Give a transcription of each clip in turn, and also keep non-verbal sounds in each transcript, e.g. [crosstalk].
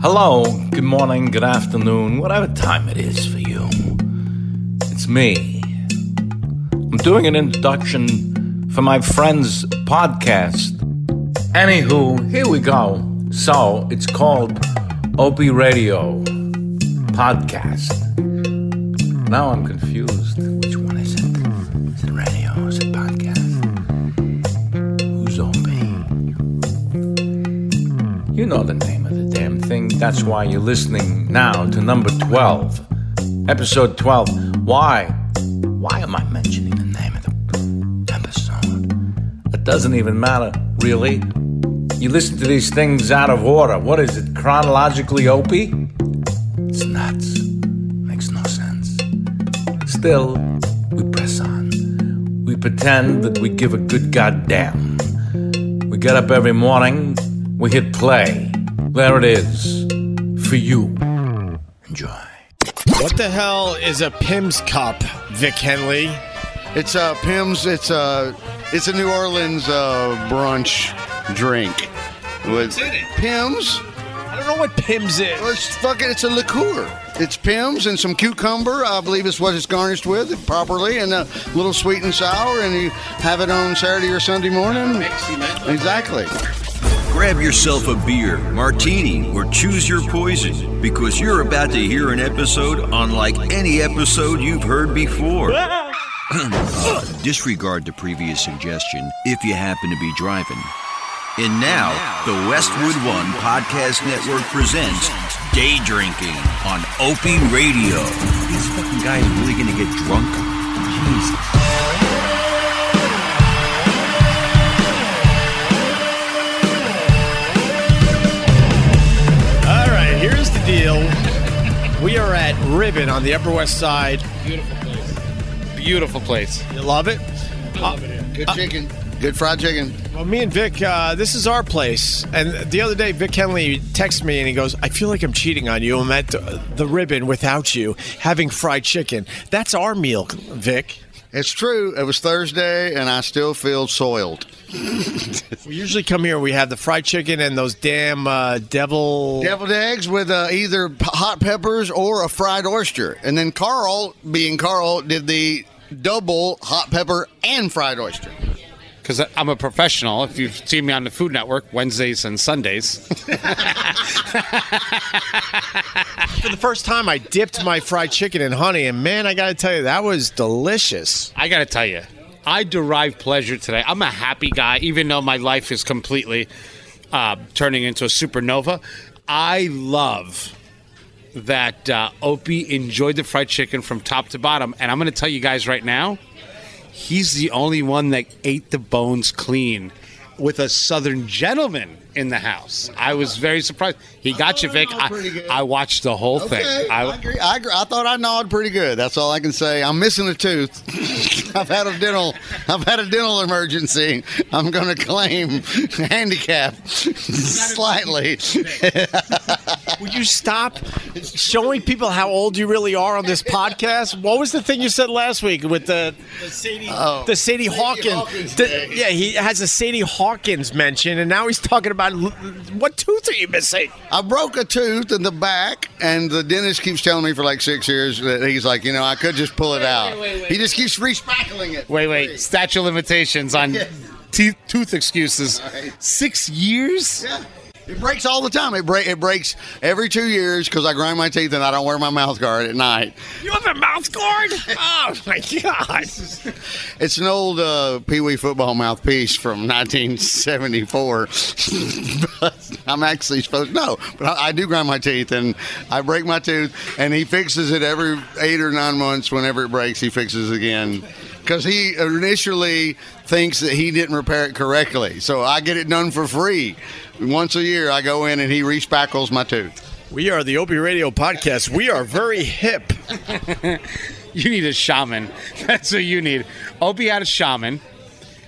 Hello, good morning, good afternoon, whatever time it is for you. It's me. I'm doing an introduction for my friend's podcast. Anywho, here we go. So, it's called Opie Radio Podcast. Now I'm confused. Which one is it? Is it radio? Is it podcast? Who's Opie? You know the name of the damn thing. That's why you're listening now to number 12, episode 12. Why? Why am I mentioning the name of the episode? It doesn't even matter, really. You listen to these things out of order. What is it, chronologically opie? It's nuts. Makes no sense. Still, we press on. We pretend that we give a good goddamn. We get up every morning, we hit play. There it is. For you. Enjoy. What the hell is a Pim's cup, Vic Henley? It's uh, Pim's. It's uh, it's a New Orleans uh, brunch drink. With Pim's. I don't know what Pim's Well, is. It's fucking. It's a liqueur. It's Pim's and some cucumber. I believe is what it's garnished with properly, and a little sweet and sour. And you have it on Saturday or Sunday morning. Exactly. Grab yourself a beer, martini, or choose your poison because you're about to hear an episode unlike any episode you've heard before. [laughs] Disregard the previous suggestion if you happen to be driving. And now, the Westwood One Podcast Network presents Day Drinking on Opie Radio. These fucking guys are really gonna get drunk. Jesus. All right, here's the deal. We are at Ribbon on the Upper West Side. Beautiful place. You love it? Good chicken. Uh, Good fried chicken. Well, me and Vic, uh, this is our place. And the other day, Vic Henley texted me and he goes, I feel like I'm cheating on you. I'm at uh, the Ribbon without you, having fried chicken. That's our meal, Vic. It's true. It was Thursday, and I still feel soiled. We usually come here, we have the fried chicken and those damn uh, devil. Deviled eggs with uh, either p- hot peppers or a fried oyster. And then Carl, being Carl, did the double hot pepper and fried oyster. Because I'm a professional. If you've seen me on the Food Network Wednesdays and Sundays, For the first time, I dipped my fried chicken in honey, and man, I gotta tell you, that was delicious. I got to tell you, I derive pleasure today. I'm a happy guy, even though my life is completely uh, turning into a supernova. I love that uh, Opie enjoyed the fried chicken from top to bottom. And I'm going to tell you guys right now, he's the only one that ate the bones clean with a southern gentleman in the house. I was very surprised. He got you, Vic. Oh, pretty good. I, I watched the whole Okay, thing. I, agree. I, agree. I thought I gnawed pretty good. That's all I can say. I'm missing a tooth. [laughs] I've had a dental. I've had a dental emergency. I'm going to claim [laughs] handicap [laughs] slightly. Would you stop showing people how old you really are on this podcast? What was the thing you said last week with the, the Sadie, the Sadie, Hawkins? Hawkins the- thing. yeah, he has a Sadie Hawkins mention, and now he's talking about l- what tooth are you missing? I broke a tooth in the back, and the dentist keeps telling me for like six years that he's like, you know, I could just pull it out. He just keeps respackling it. Wait, wait. Statue of limitations on teeth, tooth excuses. Six years? Yeah. It breaks all the time. It break it breaks every two years because I grind my teeth and I don't wear my mouth guard at night. You have a mouth guard? Oh my god! It's an old uh, Pee Wee football mouthpiece from [laughs] 1974. but [laughs] I'm actually supposed no, but I, I do grind my teeth and I break my tooth, and he fixes it every eight or nine months. Whenever it breaks, he fixes it again because he initially thinks that he didn't repair it correctly. So I get it done for free. Once a year, I go in and he respackles my tooth. We are the Opie Radio podcast. We are very hip. You need a [laughs] shaman. That's what you need. Opie had a shaman,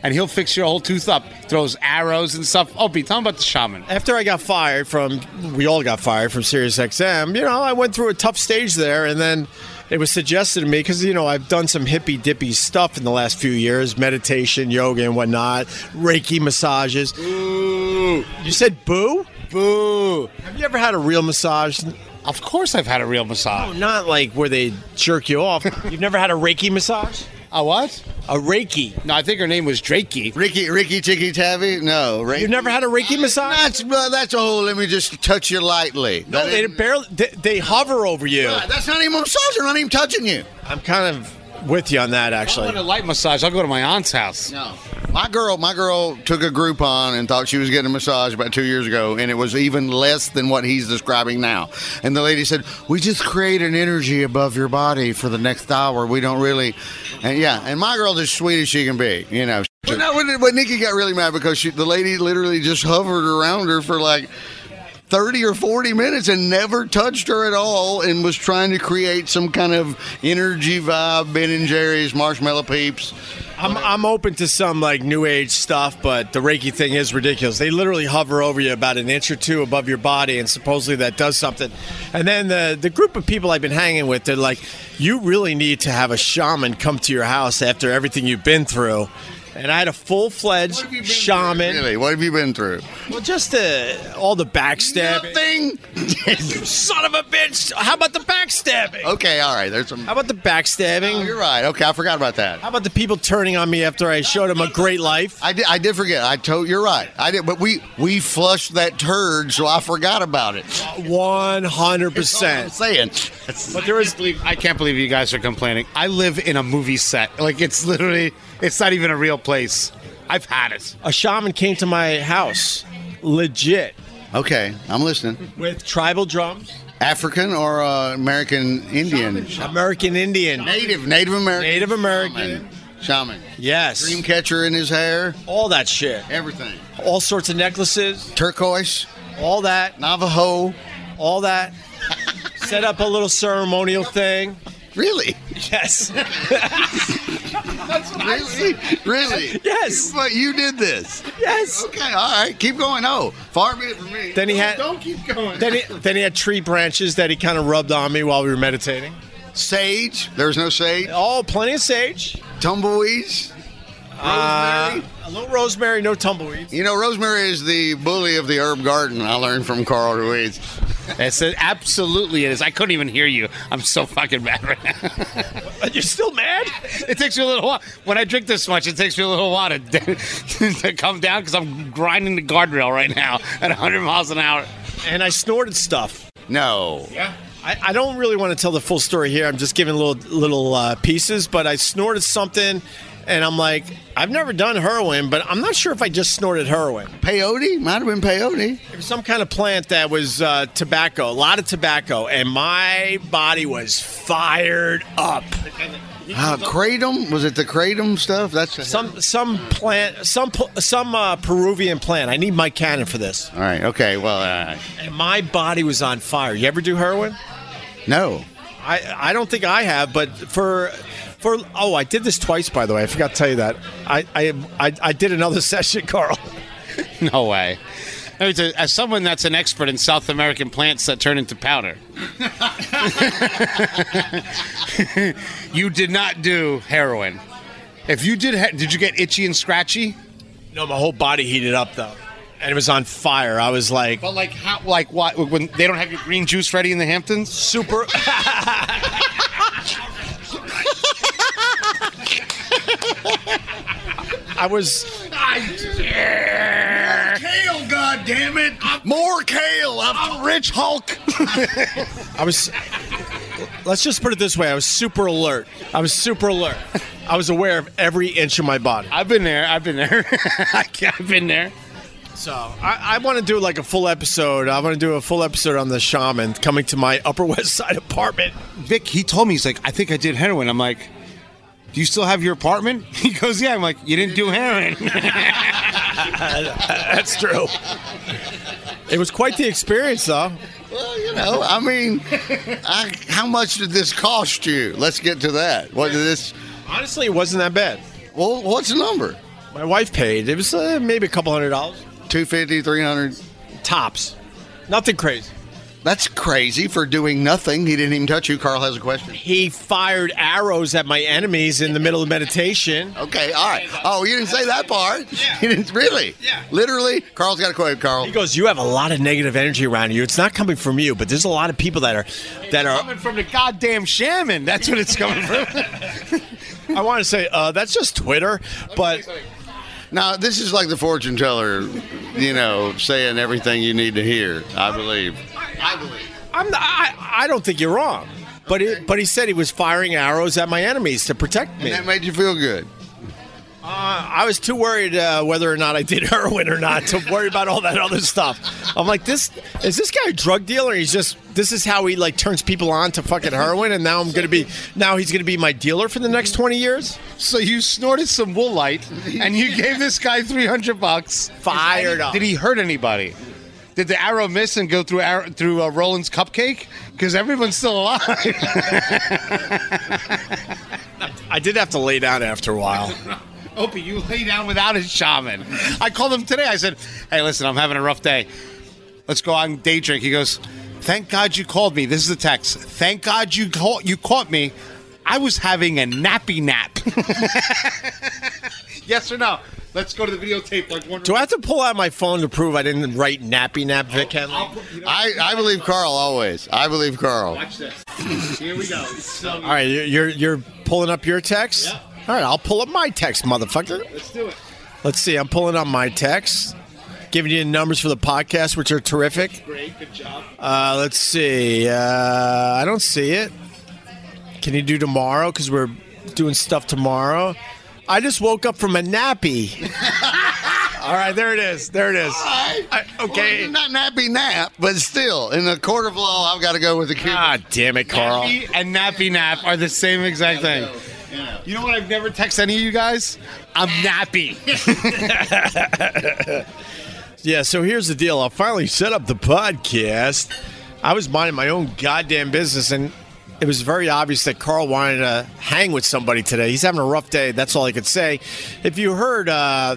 and he'll fix your whole tooth up. Throws arrows and stuff. Opie, tell him about the shaman. after I got fired from, we all got fired from SiriusXM. You know, I went through a tough stage there, and then it was suggested to me because you know I've done some hippy dippy stuff in the last few years, meditation, yoga, and whatnot, Reiki massages. You said boo. Boo! Have you ever had a real massage? Of course, I've had a real massage. Not like where they jerk you off. [laughs] You've never had a Reiki massage? A what? A Reiki. No, I think her name was Drakey. Ricky, Ricky, Chicky, Tabby? No, right? You've never had a Reiki massage? That's well, that's a whole. Let me just touch you lightly. No, they barely. They, they hover over you. That's not even a massage. They're not even touching you. I'm kind of with you on that, I want a actually. light massage. I'll go to my aunt's house. No. My girl, my girl took a Groupon and thought she was getting a massage about two years ago, and it was even less than what he's describing now. And the lady said, "We just create an energy above your body for the next hour. We don't really." And yeah, and my girl's as sweet as she can be, you know. But no, but, but Nikki got really mad because she, the lady literally just hovered around her for like. 30 or 40 minutes and never touched her at all and was trying to create some kind of energy vibe, Ben and Jerry's, marshmallow peeps. I'm, I'm open to some like new age stuff, but the Reiki thing is ridiculous. They literally hover over you about an inch or two above your body, and supposedly that does something. And then the the group of people I've been hanging with, they're like, "You really need to have a shaman come to your house after everything you've been through." And I had a full fledged What have you been through, shaman. Really, what have you been through? Well, just the all the backstabbing. Nothing. [laughs] Son of a bitch! How about the backstabbing? okay, all right. There's some. How about the backstabbing? Oh, you're right. Okay, I forgot about that. How about the people turning on me after I showed them a great life? I did, I did forget. I told you're right. I did, but we we flushed that turd, so I forgot about it. One hundred I'm percent. saying. But there is. Believe, I can't believe you guys are complaining. I live in a movie set. Like it's literally, it's not even a real place. I've had it. A shaman came to my house, legit, Okay, I'm listening. with tribal drums, African or uh, American Indian? American Indian, Native Native American. Native American, Shaman. Shaman. yes, Dream catcher in his hair. all that shit, Everything. all sorts of necklaces, Turquoise. all that, Navajo. all [laughs] that. Set up a little ceremonial thing. Really? Yes, [laughs] Really? Really? Yes. But you did this. yes. Okay, all right, keep going. Oh, far be it from me. Then he No, had- Don't keep going. Then he, then he had tree branches that he kind of rubbed on me while we were meditating. sage. There's no sage. Oh, plenty of sage. Tumbleweeds. Rosemary. A little rosemary, no tumbleweeds. you know, rosemary is the bully of the herb garden. I learned from Carl Ruiz. It's absolutely it is. I couldn't even hear you. I'm so fucking mad right now. [laughs] You're still mad? it takes me a little while. When I drink this much, it takes me a little while to, [laughs] to come down because I'm grinding the guardrail right now at 100 miles an hour. And I snorted stuff. No. I, I don't really want to tell the full story here. I'm just giving little little uh, pieces, but I snorted something, and I'm like, I've never done heroin, but I'm not sure if I just snorted heroin. Peyote might have been peyote. It was some kind of plant that was uh, tobacco, a lot of tobacco, and my body was fired up. Uh, kratom was it the kratom stuff? That's Some some plant, some pl- some uh, Peruvian plant. I need my cannon for this. All right. Okay. Well, uh, And my body was on fire. You ever do heroin? no. I, I don't think I have, but for for oh, I did this twice by the way. I forgot to tell you that. I I I, I did another [laughs] session, Carl. No way. I mean, to- As someone that's an expert in South American plants that turn into powder, [laughs] you did not do heroin. If you did, he- did you get itchy and scratchy? No, my whole body heated up though, and it was on fire. I was like But like how? Like what? When they don't have your green juice ready in the Hamptons? super. [laughs] I was Kale, God damn it! More kale. I'm, rich Hulk. [laughs] I was. Let's just put it this way: I was super alert. I was super alert. I was aware of every inch of my body. I've been there. I've been there. [laughs] I can't- I've been there. So I, I want to do like a full episode. I want to do a full episode on the shaman coming to my Upper West Side apartment. Vic, he told me he's like, I think I did heroin. I'm like, do you still have your apartment? [laughs] He goes, Yeah. I'm like, you didn't do [laughs] heroin. That's true. it was quite the experience, though. Well, you know, I [laughs] mean, I, how much did this cost you? Let's get to that. What did this? Honestly, it wasn't that bad. Well, what's the number? My wife paid. It was uh, maybe a couple hundred dollars 250, 300. tops. Nothing crazy. That's crazy for doing nothing. He didn't even touch you. Carl has a question. He fired arrows at my enemies in the middle of meditation. Okay, all right. Oh, you didn't say that part. Yeah. [laughs] You didn't really. Yeah. Literally, Carl's got a quote. Carl. He goes, "You have a lot of negative energy around you. It's not coming from you, but there's a lot of people that are that are Coming from the goddamn shaman. That's what it's coming from. [laughs] I want to say uh, that's just Twitter, but Now this is like the fortune teller, you know, saying everything you need to hear. I believe. I believe. I'm not, I, I don't think you're wrong. But it, but he said he was firing arrows at my enemies to protect me. And that made you feel good. I was too worried uh, whether or not I did [laughs] heroin or not to worry about all that other stuff. I'm like, this is this guy a drug dealer? He's just this is how he like turns people on to fucking heroin, and now I'm gonna be now he's gonna be my dealer for the next 20 years. So you snorted some woolite and [laughs] you gave this guy 300 bucks. Fired Did- up. Did he hurt anybody? Did the arrow miss and go through arrow, through uh, Roland's cupcake? Because everyone's still alive. [laughs] I did have to lay down after a while. Opie, you lay down without a shaman. I called him today. I said, "Hey, listen, I'm having a rough day. Let's go on day drink." He goes, "Thank God you called me." This is the text. Thank God you call- you caught me. I was having a nappy nap. [laughs] yes or no? Let's go to the videotape. Like one. Do I have to pull out my phone to prove I didn't write nappy nap Vic Henley? I, I believe Carl always. I believe Carl. Watch this. Here we go. So, All right, you're you're, you're pulling up your text. Yeah. All right, I'll pull up my text, motherfucker. let's do it. Let's see. I'm pulling up my text, giving you the numbers for the podcast, which are terrific. Great. Good job. Uh, let's see. Uh, I don't see it. Can you do tomorrow? Because we're doing stuff tomorrow. I just woke up from a [laughs] nappy. All right, there it is. There it is. Ah, I- okay. Well, not nappy nap, but still, in the court of law, I've got to go with the Cuban. Ah, damn it, Carl. Nappy and nappy nap are the same exact thing. You know what? I've never texted any of you guys. I'm nappy. Yeah, so here's the deal. I finally set up the podcast. I was minding my own goddamn business, and it was very obvious that Carl wanted to hang with somebody today. He's having a rough day. That's all I could say. If you heard uh,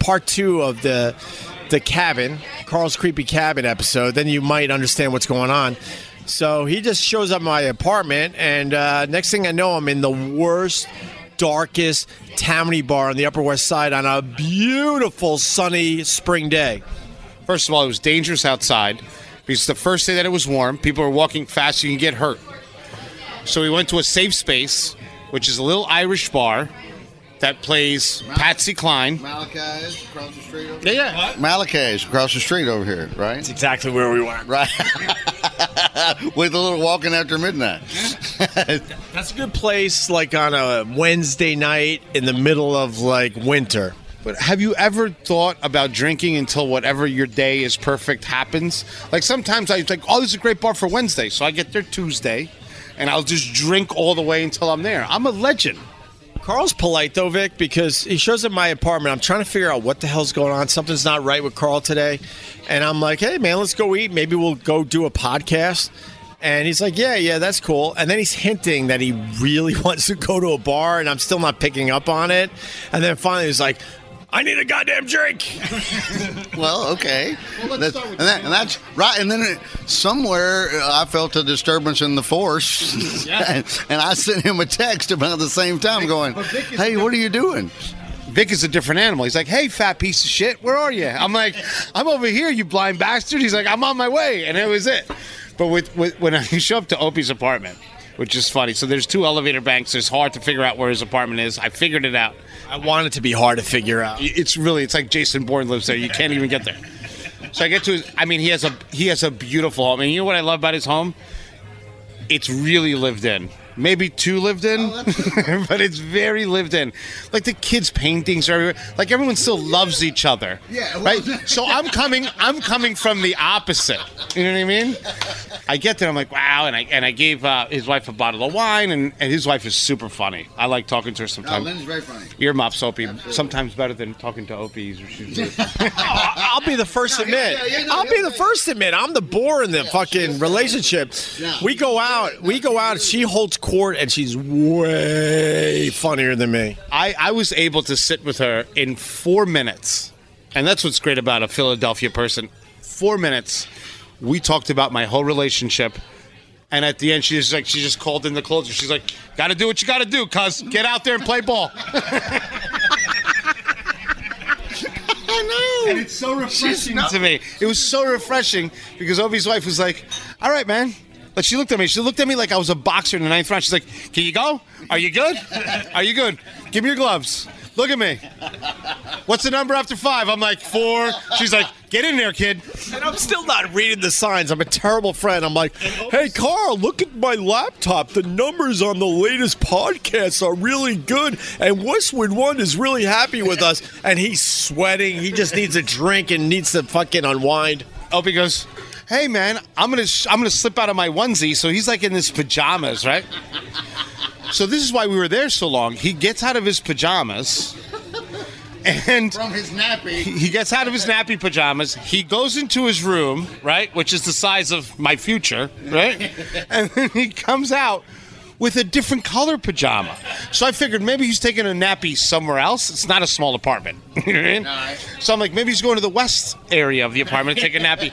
part two of the the cabin, Carl's creepy cabin episode, then you might understand what's going on. So he just shows up at my apartment, and uh, next thing I know, I'm in the worst, darkest Tammany bar on the Upper West Side on a beautiful sunny spring day. [laughs] First of all, it was dangerous outside because the first day that it was warm, people were walking fast. You can get hurt. So we went to a safe space, which is a little Irish bar that plays Patsy Cline. Malachi's across the street. Over Yeah, yeah. Malachi's across the street over here, [laughs] right? exactly where we went. Right. with a little walking after midnight. That's a good place, like on a Wednesday night in the middle of like winter. But have you ever thought about drinking until whatever your day is perfect happens? Like sometimes I think, oh, this is a great bar for Wednesday, so I get there Tuesday, and I'll just drink all the way until I'm there. I'm a legend. Carl's polite though, Vic, because he shows up at my apartment. I'm trying to figure out what the hell's going on. Something's not right with Carl today. And I'm like, hey, man, let's go eat. Maybe we'll go do a podcast. And he's like, yeah, yeah, that's cool. And then he's hinting that he really [laughs] wants to go to a bar, and I'm still not picking up on it. And then finally, he's like, I need a goddamn drink. Well, okay. let's That's- start with and, that- and that's right. And then it, somewhere uh, I felt a disturbance in the force, [laughs] and, and I sent him a text about the same time, going, "Hey, what are you doing?" Vic is a different animal. He's like, hey, fat piece of shit, where are you? I'm like, I'm over here, you blind bastard. He's like, I'm on my way. And it was it. But with, with when I [laughs] show up to Opie's apartment, which is funny. So there's two elevator banks. It's hard to figure out where his apartment is. I figured it out. I want it to be hard to figure out. It's really, it's like Jason Bourne lives there. You can't even get there. So I get to his, I mean, he has a, he has a beautiful home. And you know what I love about his home? It's really lived in. Maybe two lived in, Oh, [laughs] but it's very lived in. Like the kids' paintings are everywhere. Like everyone still loves each other. Yeah, well- Right. So I'm coming. I'm coming from the opposite. You know what I mean? I get there. I'm like, wow. And I and I gave uh, his wife a bottle of wine, and, and his wife is super funny. I like talking Oh, to her sometimes very funny. earmops Opie sometimes better than talking to Opie. I- I'll be the first to admit. yeah, yeah, no, I'll be yeah, the yeah. first to admit. I'm the bore in the fucking relationship. We go out. We go out. She holds court, and she's way funnier than me. I, I was able to sit with her in four minutes, and that's what's great about a Philadelphia person. Four minutes, We talked about my whole relationship. And at the end, she just like she just called in the closer. She's like, "Got to do what you got to do, cuz get out there and play ball." I know. It's so refreshing to me. It was so refreshing because Ovi's wife was like, "All right, man." Like she looked at me. She looked at me like I was a boxer in the ninth round. She's like, "Can you go? Are you good? Are you good? Give me your gloves. Look at me. What's the number after five? I'm like four. She's like, "Get in there, kid." And I'm still not reading the signs. I'm a terrible friend. I'm like, hey, Carl, look at my laptop. The numbers on the latest podcasts are really good. And Westwood One is really happy with us. And he's sweating. He just needs a drink and needs to fucking unwind. Opie Oh, goes, "Hey, man, I'm gonna sh- I'm gonna slip out of my onesie." So he's like in his pajamas, right? So this is why we were there so long. He gets out of his pajamas, and From his [laughs] nappy. he gets out of his nappy pajamas. He goes into his room, right, which is the size of my future, right? and then he comes out with a different color pajama. So I figured maybe he's taking a nappy somewhere else. It's not a small apartment. [laughs] You know what I mean? So I'm like, maybe he's going to the west area of the apartment to take a nappy.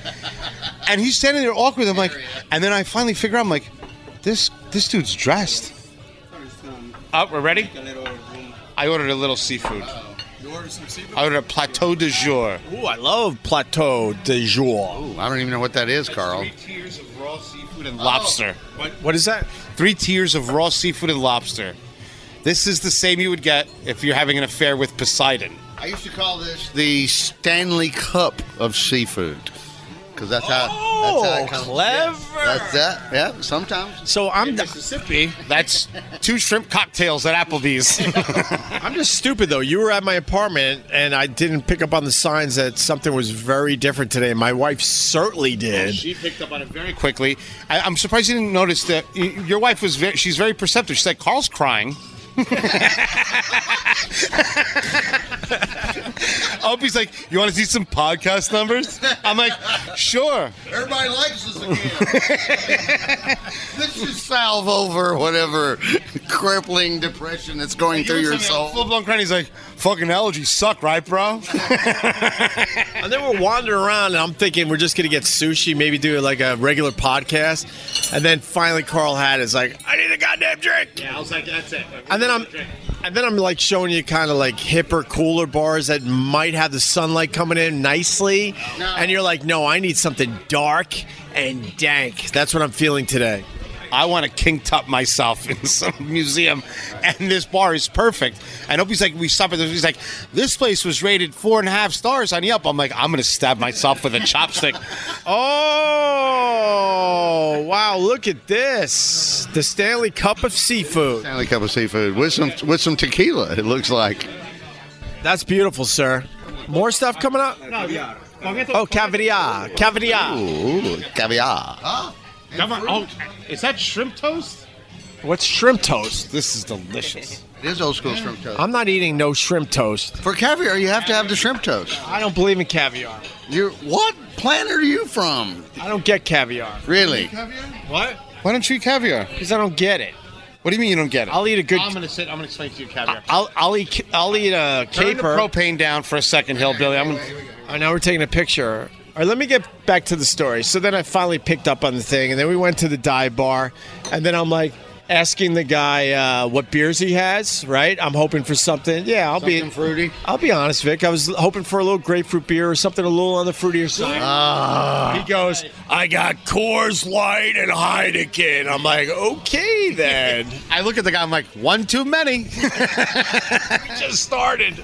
and he's standing there awkward. I'm like, and then I finally figure out, I'm like, this this dude's dressed. Up, we're ready. I ordered a little seafood. I ordered a plateau de jour. Ooh, I love Plateau de Jour. I don't even know what that is, Carl. tiers of raw seafood and Oh, lobster. What is that? Three tiers of raw seafood and lobster. This is the same you would get if you're having an affair with Poseidon. I used to call this the Stanley Cup of seafood. Because that's how. that's how Oh, it comes. clever. That's that. Yeah, sometimes. So I'm Mississippi. That's two shrimp cocktails at Applebee's. [laughs] I'm just stupid though. You were at my apartment and I didn't pick up on the signs that something was very different today. My wife certainly did. she picked up on it very quickly. I, I'm surprised you didn't notice that y- your wife was. Very, she's very perceptive. She's like, Carl's crying. [laughs] Opie's like, you want to see some podcast numbers? I'm like, sure. Everybody likes this again. [laughs] this is salve over whatever crippling depression that's going through your Full soul. blown crying. He's like, fucking allergies suck, right, bro? And then we're wandering around and I'm thinking we're just gonna get sushi, maybe do like a regular podcast. And then finally Carl had is like, I need a goddamn drink. I was like, that's it. And then I'm and then I'm like showing you kind of like hipper, cooler bars that might have the sunlight coming in nicely. And you're like, no, I need something dark and dank. That's what I'm feeling today. I want to king top myself [laughs] in some museum, and this bar is perfect. And Opie's like, we stop at this. He's like, this place was rated four and a half stars on Yelp. I'm like, I'm gonna stab myself with a [laughs] chopstick. Oh, wow, look at this. The Stanley Cup of Seafood. Stanley Cup of seafood with some with some tequila. It looks like. That's beautiful, sir. More stuff coming up? Oh, caviar. Caviar. Ooh, caviar. Huh? oh, is that shrimp toast? What's shrimp toast? This is delicious. It is old school shrimp toast. I'm not eating no shrimp toast. For caviar, you have to have the shrimp toast. I don't believe in caviar. You what planet are you from? I don't get caviar. Really? What? Why don't you eat caviar? Because I don't get it. What do you mean you don't get it? I'll eat a good. gonna sit. I'm gonna explain to you caviar. I'll, I'll eat. I'll eat a Turn the caper. propane down for a second, hillbilly. I'm gonna. Oh, now we're taking a picture. All right, let me get back to the story. So then I finally picked up on the thing, and then we went to the dive bar, and then I'm like asking the guy uh, what beers he has. Right, I'm hoping for something. Yeah, I'll be fruity. I'll be honest, Vic. I was hoping for a little grapefruit beer or something a little on the fruitier side. he goes, I got Coors Light and Heineken. I'm like, okay [laughs] then. I look at the guy. I'm like, one too many. just started.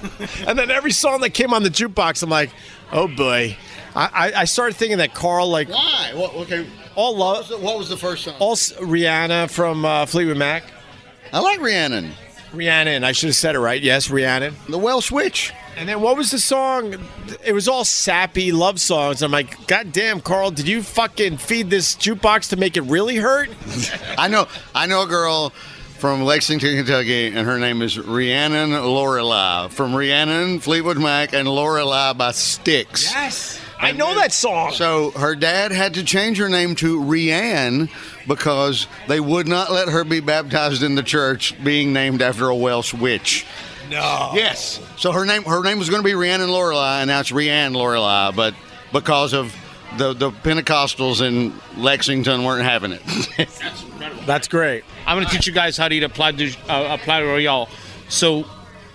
And then every song that came on the jukebox, I'm like, oh boy. I, I, I started thinking that Carl, like Why? What? Okay. all love, So what was the first song? all s- Rihanna from uh, Fleetwood Mac, I like Rhiannon, Rhiannon. I should have said it right. Yes, Rhiannon. the Welsh witch. And then what was the song? It was all sappy love songs. I'm like, God damn, Carl, did you fucking feed this jukebox to make it really hurt? I know. I know a girl from Lexington, Kentucky, and her name is Rhiannon Lorelei from Rhiannon Fleetwood Mac and Lorelei by Styx. Yes, I know that song. So her dad had to change her name to Rhiann because they would not let her be baptized in the church being named after a Welsh witch. No. Yes. So her name her name was going to be Rhiannon Lorelei, and now it's Rhiann Lorelei, but because of the the Pentecostals in Lexington weren't having it. [laughs] That's great. I'm going to teach you guys how to eat a plat du, uh, a plat royal. So,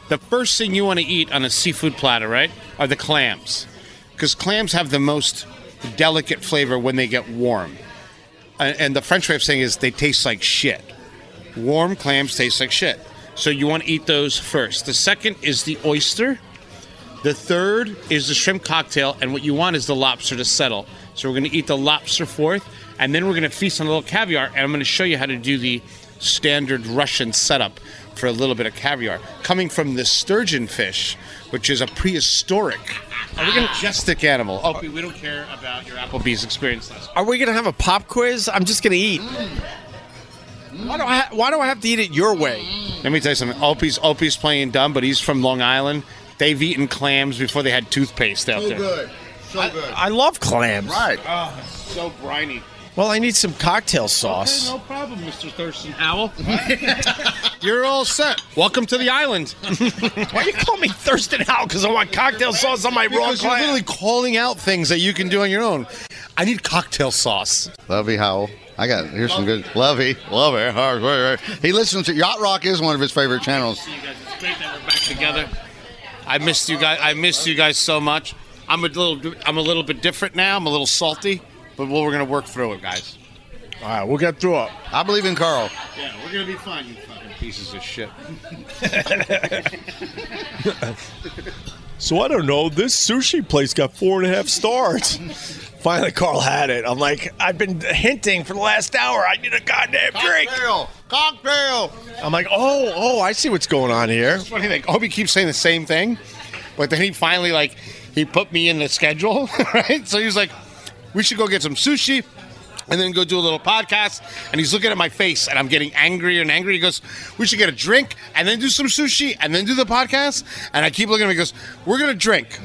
the first thing you want to eat on a seafood platter, right, are the clams, because clams have the most delicate flavor when they get warm. And, and the French way of saying is they taste like shit. Warm clams taste like shit. So you want to eat those first. The second is the oyster. The third is the shrimp cocktail, and what you want is the lobster to settle. So we're going to eat the lobster fourth, and then we're going to feast on a little caviar, and I'm going to show you how to do the standard Russian setup for a little bit of caviar, coming from the sturgeon fish, which is a prehistoric, a majestic animal. Oh, we don't care about your Applebee's experience last Are we gonna have a pop quiz? I'm just gonna eat. Why do I? Ha- why do I have to eat it your way? Let me tell you something. Opie's Opie's playing dumb, but he's from Long Island. They've eaten clams before they had toothpaste out there. so good. I love clams. Right. So briny. Well, I need some cocktail sauce. No problem, Mr. Thurston [laughs] Howell. You're all set. Welcome to the island. Why you call me Thurston Howell? Because I want cocktail sauce on my raw Because you're clam. literally calling out things that you can do on your own. I need cocktail sauce. Lovey Howell. I got here's some good Lovey. Lovey. Hard work. He listens to Yacht Rock is one of his favorite channels. It's great that we're back together. I missed you guys. I missed you guys so much. I'm a little. I'm a little bit different now. I'm a little salty, but we're gonna work through it, guys. All right, we'll get through it. I believe in Carl. Yeah, we're gonna be fine. You fucking pieces of shit. So I don't know. This sushi place got four and a half [laughs] stars. Finally, Carl had it. I'm like, I've been hinting for the last hour. I need a goddamn drink. Cocktail. Cocktail. I'm like, oh, oh, I see what's going on here. It's funny, like Obi keeps saying the same thing, but then he finally like he put me in the schedule, [laughs] right? So he was like, "We should go get some sushi, and then go do a little podcast." And he's looking at my face, and I'm getting angrier and angrier. He goes, "We should get a drink, and then do some sushi, and then do the podcast." And I keep looking at him. He goes, "We're gonna [laughs] drink,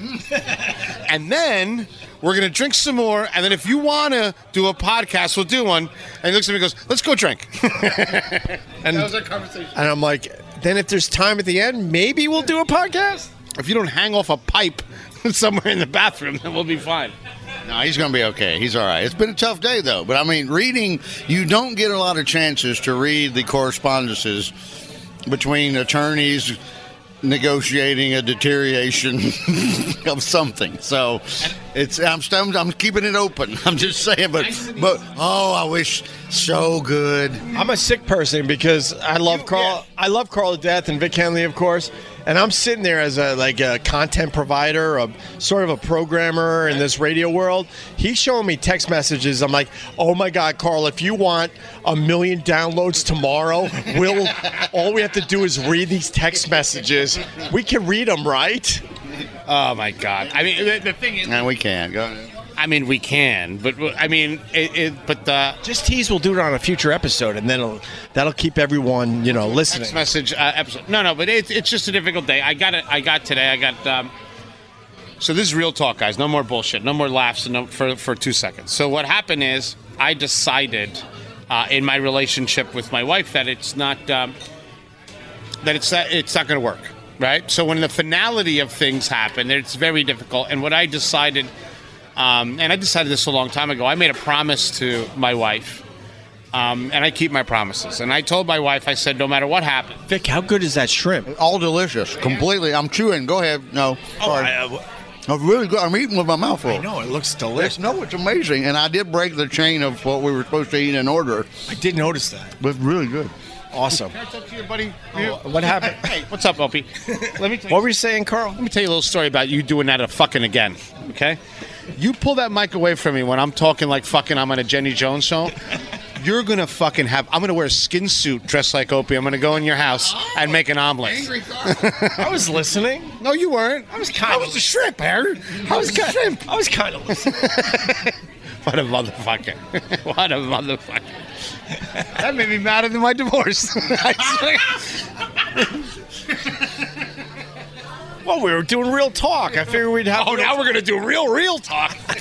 and then." We're gonna drink some more, and then if you wanna do a podcast, we'll do one. And he looks at me and goes, Let's go drink. [laughs] And, was our conversation. and I'm like, then if there's time at the end, maybe we'll do a podcast. If you don't hang off a pipe [laughs] somewhere in the bathroom, then we'll be fine. No, he's going to be okay. He's all right. It's been a tough day, though. But I mean, reading, you don't get a lot of chances to read the correspondences between attorneys negotiating a deterioration [laughs] of something. So it's I'm, st- I'm keeping it open. [laughs] I'm just saying, but but oh, I wish so good. I'm a sick person because I love Carl. I love Carl to death and Vic Henley, of course. And I'm sitting there as a like a content provider, a sort of a programmer in this radio world. He's showing me text messages. I'm like, oh my god, Carl! If you want a million downloads tomorrow, [laughs] we'll all we have to do is read these text messages. We can read them, right? Oh my god! I mean, the, the thing is, No, we can't. Go ahead. I mean, we can, but I mean, it, it, but the Just tease. We'll do it on a future episode, and then it'll, that'll keep everyone, you know, listening. text message uh, episode. No, no, but it's it's just a difficult day. I got it. I got today. I got. Um, so this is real talk, guys. No more bullshit. No more laughs. No for for two seconds. So what happened is I decided uh, in my relationship with my wife that it's not um, that it's not, it's not going to work. Right. So when the finality of things happen, it's very difficult. And what I decided, um, and I decided this a long time ago. I made a promise to my wife. Um, and I keep my promises. And I told my wife, I said, no matter what happens, Vic, how good is that shrimp? All delicious, completely. I'm chewing. Go ahead. No, sorry. uh, I'm really good. I'm eating with my mouth full. no, it looks It's, delicious. no, it's amazing. And I did break the chain of what we were supposed to eat in order. I did notice that. But really good. Awesome. That's up to you, buddy. what happened? Hey, what's up, Opie? Let me tell you, What were you saying, Carl? let me tell you a little story about you doing that a fucking again. Okay, you pull that mic away from me when I'm talking like fucking I'm on a Jenny Jones show. You're gonna fucking have. I'm gonna wear a skin suit dressed like Opie. I'm gonna go in your house and make an omelet. I was listening. No, you weren't. I was kind of. the shrimp, Harry. I was kind. I was kind of listening. What a motherfucker. [laughs] what a motherfucker. That made me madder than my [laughs] divorce. I swear. well, we were doing real talk. I figured we'd have. oh, now we're gonna do real, real talk. [laughs]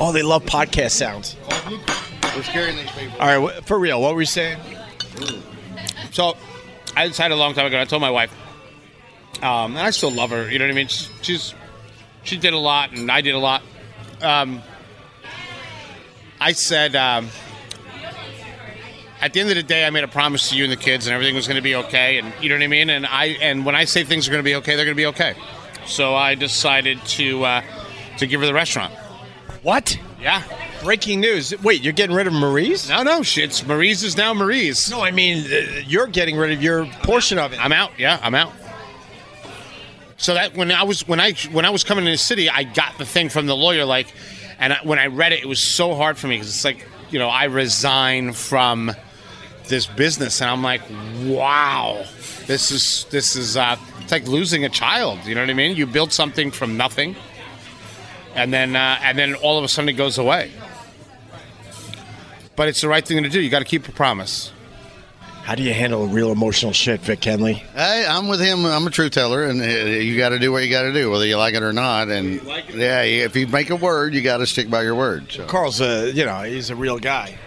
Oh, they love podcast sounds. We're scaring these people. All right, wh- for real. What were you saying? So I decided a long time ago. I told my wife, um, and I still love her. You know what I mean? She's, she's she did a lot, and I did a lot. um, I said, um, at the end of the day, I made a promise to you and the kids, and everything was going to be okay. And you know what I mean. And I and when I say things are going to be okay, they're going to be okay. So I decided to uh, to give her the restaurant. What? Yeah. Breaking news. Wait, you're getting rid of Marie's? No, no. she- It's Marie's is now Marie's. No, I mean, uh, you're getting rid of your portion of it. I'm out. Yeah, I'm out. So that when I was when I when I was coming to the city, I got the thing from the lawyer. Like, and I, when I read it, it was so hard for me because it's like you know I resign from this business, and I'm like, wow, this is this is uh, it's like losing a child. You know what I mean? You build something from nothing, and then uh, and then all of a sudden it goes away. But it's the right thing to do. You got to keep a promise. How do you handle real emotional shit, Vic Kenley? Hey, I'm with him. I'm a truth teller, and uh, you got to do what you got to do, whether you like it or not. And yeah, if you make a word, you got to stick by your word. So. Carl's a, you know, he's a real guy.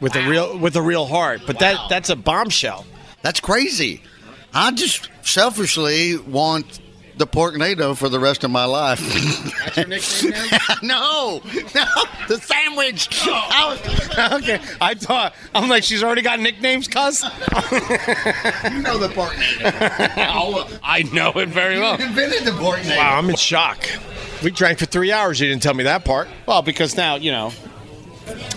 With a real with a real heart. But that that's a bombshell. That's crazy. I just selfishly want the pork nato for the rest of my life. That's your nickname now. [laughs] no, no, the sandwich. I was- okay, I thought I'm like she's already got nicknames, [laughs] cuz. you know the pork nato. I know it very Oh. well. Invented the pork nato. Wow, I'm in shock. We drank for three hours. You didn't tell me that part. Well, because now you know,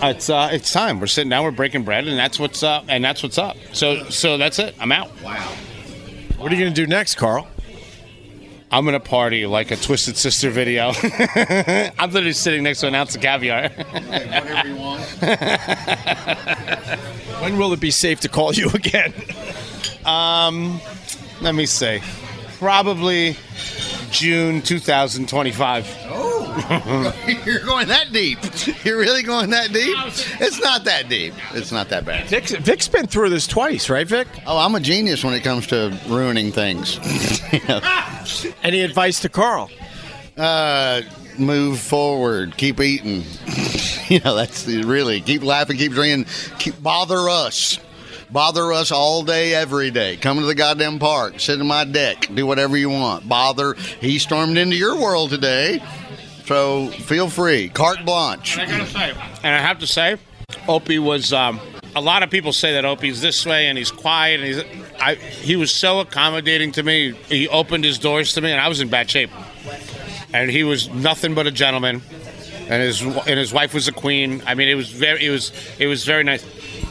it's uh, it's time. We're sitting down, we're breaking bread, and that's what's up. And that's what's up. So so that's it. I'm out. What are you going to do next, Carl? I'm gonna party like a Twisted Sister video. [laughs] I'm literally sitting next to an ounce of caviar. [laughs] Whatever you want. When will it be safe to call you [laughs] again? Let me see. Probably June 2025. You're going that deep. You're really going that deep. It's not that deep. It's not that bad. Vic's, Vic's been through this twice, right, Vic? Oh, I'm a genius when it comes to ruining things. [laughs] Any advice to Carl? uh, move forward. Keep eating. [laughs] you know, that's the, really keep laughing, keep drinking, keep bother us. Bother us all day, every day. Come to the goddamn park, sit in my deck, do whatever you want. Bother. He stormed into your world today, so feel free. Carte blanche. I gotta say, and I have to say, Opie was. Um, a lot of people say that Opie's this way and he's quiet and he's. I, he was so accommodating to me. He opened his doors to me, and I was in bad shape. And he was nothing but a gentleman, and his and his wife was a queen. I mean, it was very it was it was very nice.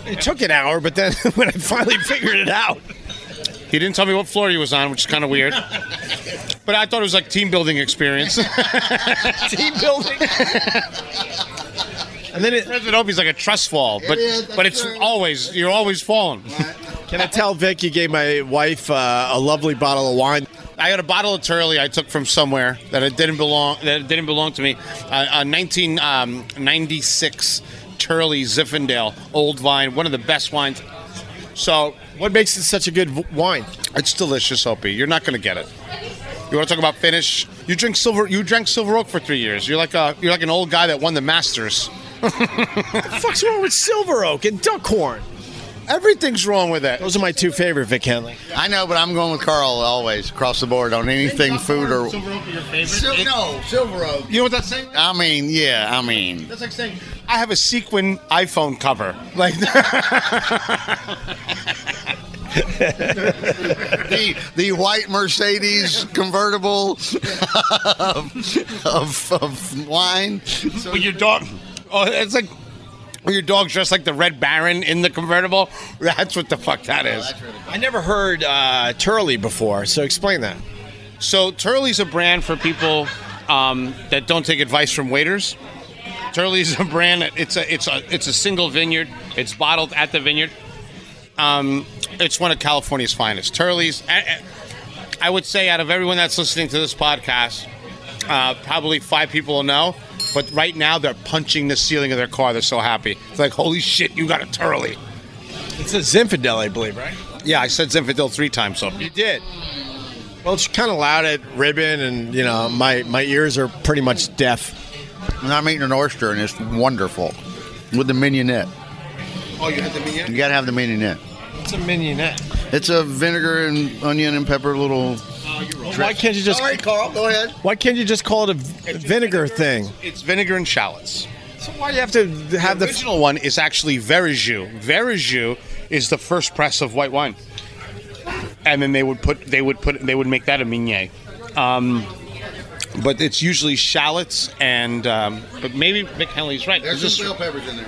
It took an hour, but then [laughs] when I finally figured it out, He didn't tell me what floor he was on, which is kind of [laughs] weird. but I thought it was like team building experience. [laughs] team building. and then it, President Opie's like a trust fall, but is, that's but it's true. always you're always falling. can I tell Vic you gave my wife uh, a lovely bottle of wine? I got a bottle of Turley I took from somewhere that it didn't belong that it didn't belong to me. Uh, a 1996 Turley Zinfandel Old Vine, one of the best wines. So What makes it such a good v- wine? it's delicious, Opie. You're not going to get it. You want to talk about finish? You drink silver. You drank Silver Oak for three years. You're like a you're like an old guy that won the Masters. [laughs] The fuck's wrong with Silver Oak and Duckhorn? Everything's wrong with it. Those are my two favorite Vic Henley. I know, but I'm going with Carl always across the board on anything food or. Sil- no, Silver Oak. You know what that's saying? I mean, yeah, I mean. That's like saying I have a sequin iPhone cover. Like the the white Mercedes convertible of, of, of wine. So But your dog, oh, it's like when your dog's dressed like the Red Baron in the convertible. That's what the fuck that is. I never heard uh, Turley before, so explain that. So Turley's a brand for people um, that don't take advice from waiters. Turley's a brand. that- It's a it's a it's a single vineyard. It's bottled at the vineyard. Um, it's one of California's finest. Turley's. I- I- I would say out of everyone that's listening to this podcast, uh, probably five people will know. But right now they're punching the ceiling of their car. They're so happy. It's like holy shit, you got a Turley. It's a Zinfandel, I believe, right? Yeah, I said Zinfandel three times. So You did. Well, it's kind of loud at Ribbon, and you know my my ears are pretty much deaf. and I'm eating an oyster, and it's wonderful with the mignonette. oh, you had the vignette. You gotta have the mignonette. It's a mignonette. It's a vinegar and onion and pepper little why can't you just All right, Carl, go ahead. why can't you just call it a v- vinegar thing? It's vinegar and shallots. So why do you have to have The the? original one is actually verjus. Verjus is the first press of white wine, and then they would put they would put they would make that a meunier. Um, but it's usually shallots and um, but maybe McKinley's right. There's This some is bell peppers in there.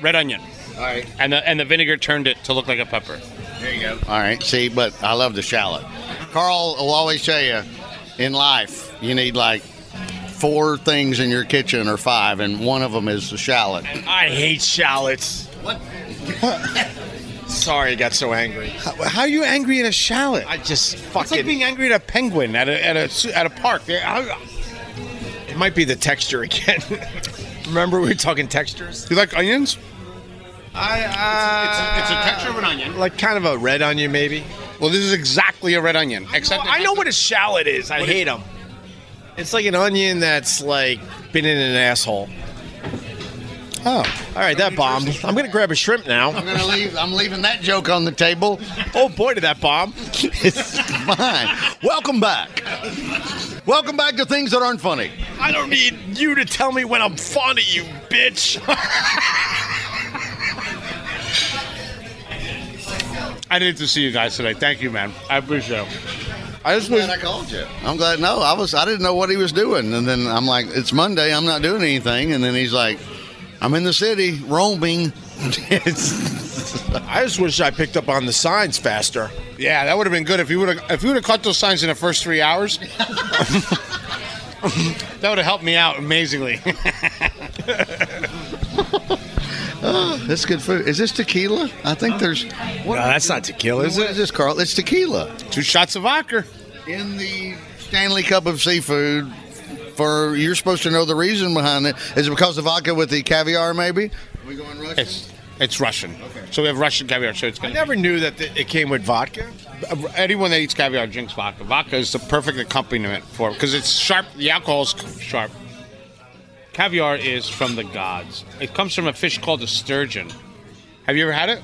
red onion, All right. and the and the vinegar turned it to look like a pepper. There you go. All right. See, but I love the shallot. Carl will always tell you, in life, you need like four things in your kitchen or five, and one of them is the shallot. I hate shallots. [laughs] Sorry, I got so angry. How are you angry at a shallot? I just It's like fucking. being angry at a penguin at a at a su- at a park. They're- I- it might be the texture again. [laughs] Remember we were talking textures? You like onions? I uh, of an onion. like kind of a red onion maybe. Well, this is exactly a red onion. Except I know what a shallot is. I hate them. It's like an onion that's like been in an asshole. Oh, All right, that bombed. I'm gonna grab a shrimp now. I'm gonna leave. I'm leaving that joke on the table. Oh boy, did that [laughs] bomb! It's mine. Welcome back. Welcome back to things that aren't funny. I don't need you to tell me when I'm fond of you, bitch. I needed to see you guys today. Thank you, man. I appreciate it. I just was. I called you. I'm glad. No, I was. I didn't know what he was doing, and then I'm like, "It's Monday. I'm not doing anything." And then he's like, "I'm in the city [laughs] roaming." It's- I just wish I picked up on the signs faster. Yeah, that would have been good if you would have if you would have caught those signs in the first three [laughs] hours. that would have helped me out amazingly. [laughs] That's good food. Is this tequila? I think there's. No, that's not tequila, What is this, Carl? It's tequila Two shots of vodka. in the Stanley Cup of seafood. For you're supposed to know the reason behind it. Is it because of vodka with the caviar? Maybe. Are we going Russian? It's it's Russian. So we have Russian caviar. So it's I gonna. never knew that th- it came with vodka. anyone that eats caviar drinks vodka. Vodka is the perfect accompaniment for because it's sharp. The alcohol is sharp. Caviar is from the gods. It comes from a fish called a sturgeon. Have you ever had it?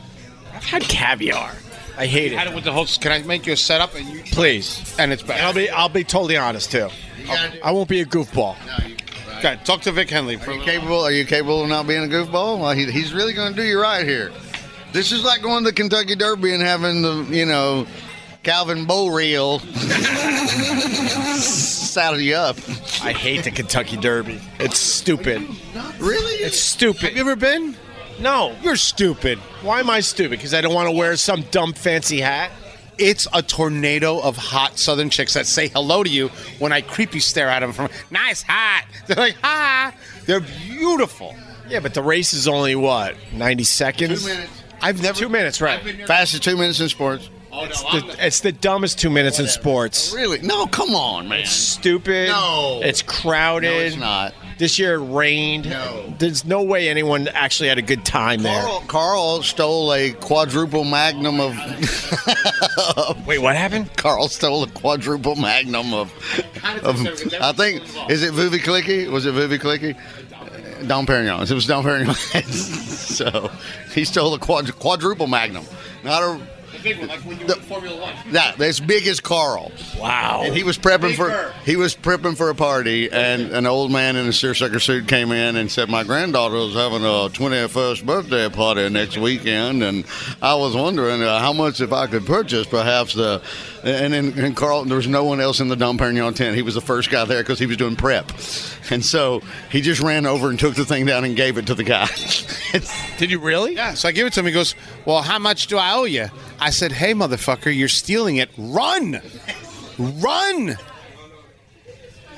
I've had caviar. I hate Had it. it with the whole. Can I make you a setup? And you Please, and it's better. I'll be I'll be totally honest too. I won't be a goofball. Okay, talk to Vic Henley. For Are you capable? Are you capable of not being a goofball? Well, he, he's really going to do you right here. This is like going to the Kentucky Derby and having the you know Calvin Bow reel [laughs] saddle you up. I hate the Kentucky Derby. It's stupid. Really? It's stupid. Have you ever been? No, you're stupid. Why am I stupid? Because I don't want to wear some dumb fancy hat. It's a tornado of hot Southern chicks that say hello to you when I creepy stare at them from nice hot. [laughs] They're like hi. They're beautiful. Yeah, but the race is only what ninety seconds. Two minutes. I've never two minutes, right? fastest two minutes in sports. It's the, it's the dumbest two minutes in sports. Really? No, come on, man. Stupid. No. It's No, crowded. it's not. This year it rained. No. There's no way anyone actually had a good time there. Carl, Carl stole a quadruple magnum of. Wait, what happened? Carl stole a quadruple magnum of. of I think is it Vuvi Clicky? Was it Vuvi Clicky? Don Perignon. It was Don Perignon. [laughs] so he stole a quad, quadruple magnum, not a Big one, like when you The- win Formula One. that as big as Carl. Wow. And he was prepping Bigger. for he was prepping for a party, and an old man in a seersucker suit came in and said, "My granddaughter is having a 21st birthday party next weekend, and I was wondering uh, how much if I could purchase, perhaps the." And then and Carl, there was no one else in the Dom Perignon tent. He was the first guy there because he was doing prep, and so he just ran over and took the thing down and gave it to the guy. Did you really? [laughs] Yeah, so I give it to him. He goes, "Well, how much do I owe you?" I said, "Hey, motherfucker, you're stealing it. Run, run!"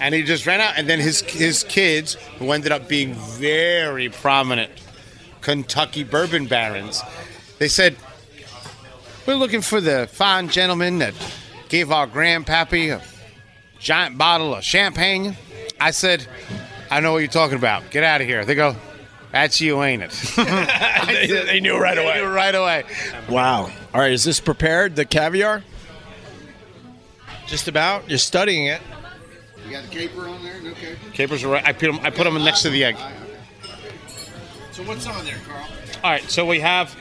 And he just ran out. And then his his kids, who ended up being very prominent Kentucky bourbon barons, they said, "We're looking for the fine gentleman that gave our grandpappy a giant bottle of champagne." I said, "I know what you're talking about. Get out of here." They go. That's you, ain't it? they, they knew right They knew Right away. Wow. All right, is this prepared? The caviar? Just about. You're studying it. You got the caper on there? No caper. Capers are right. I put them. I put them next to the egg. So what's on there, Carl? All right. So we have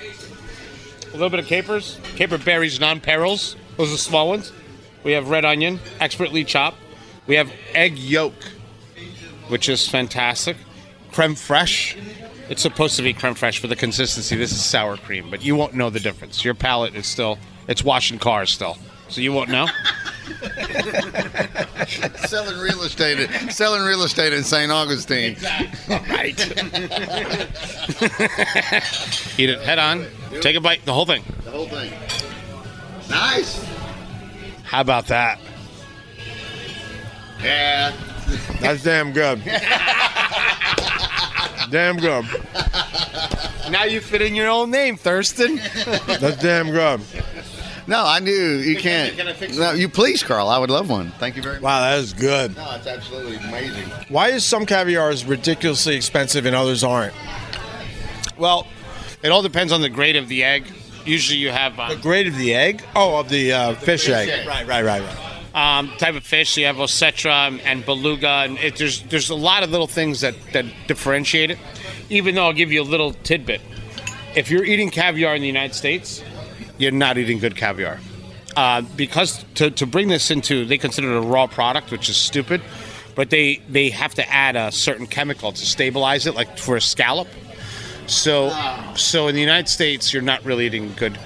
a little bit of capers. Caper berries, non perils. Those are small ones. We have red onion, expertly chopped. We have egg yolk, which is fantastic. Creme fraiche. It's supposed to be creme fraiche for the consistency. This is sour cream, but you won't know the difference. Your palate is still, it's washing cars still. So you won't know. selling real estate, selling real estate in St. Augustine. Eat it head on. Take a bite, the whole thing. The whole thing. Nice. How about that? Yeah. That's damn good. damn good. Now you fit in your old name, Thurston. That's damn good. No, I knew you can't. can I fix no, you please, Carl. I would love one. Thank you very much. Wow, that is good. No, it's absolutely amazing. Why is some caviars ridiculously expensive and others aren't? Well, it all depends on the grade of the egg. Usually you have uh, Grade of the egg? Oh, of the uh, fish, egg. egg. Right, right, right, right. um, type of fish. You have osetra and- and beluga, and it, there's there's a lot of little things that that differentiate it. Even though I'll give you a little tidbit: if you're eating caviar in the United States, you're not eating good caviar. Uh, because to, to bring this into, they consider it a raw product, which is stupid, but they, they have to add a certain chemical to stabilize it, like for a scallop. So, so in the United States, you're not really eating good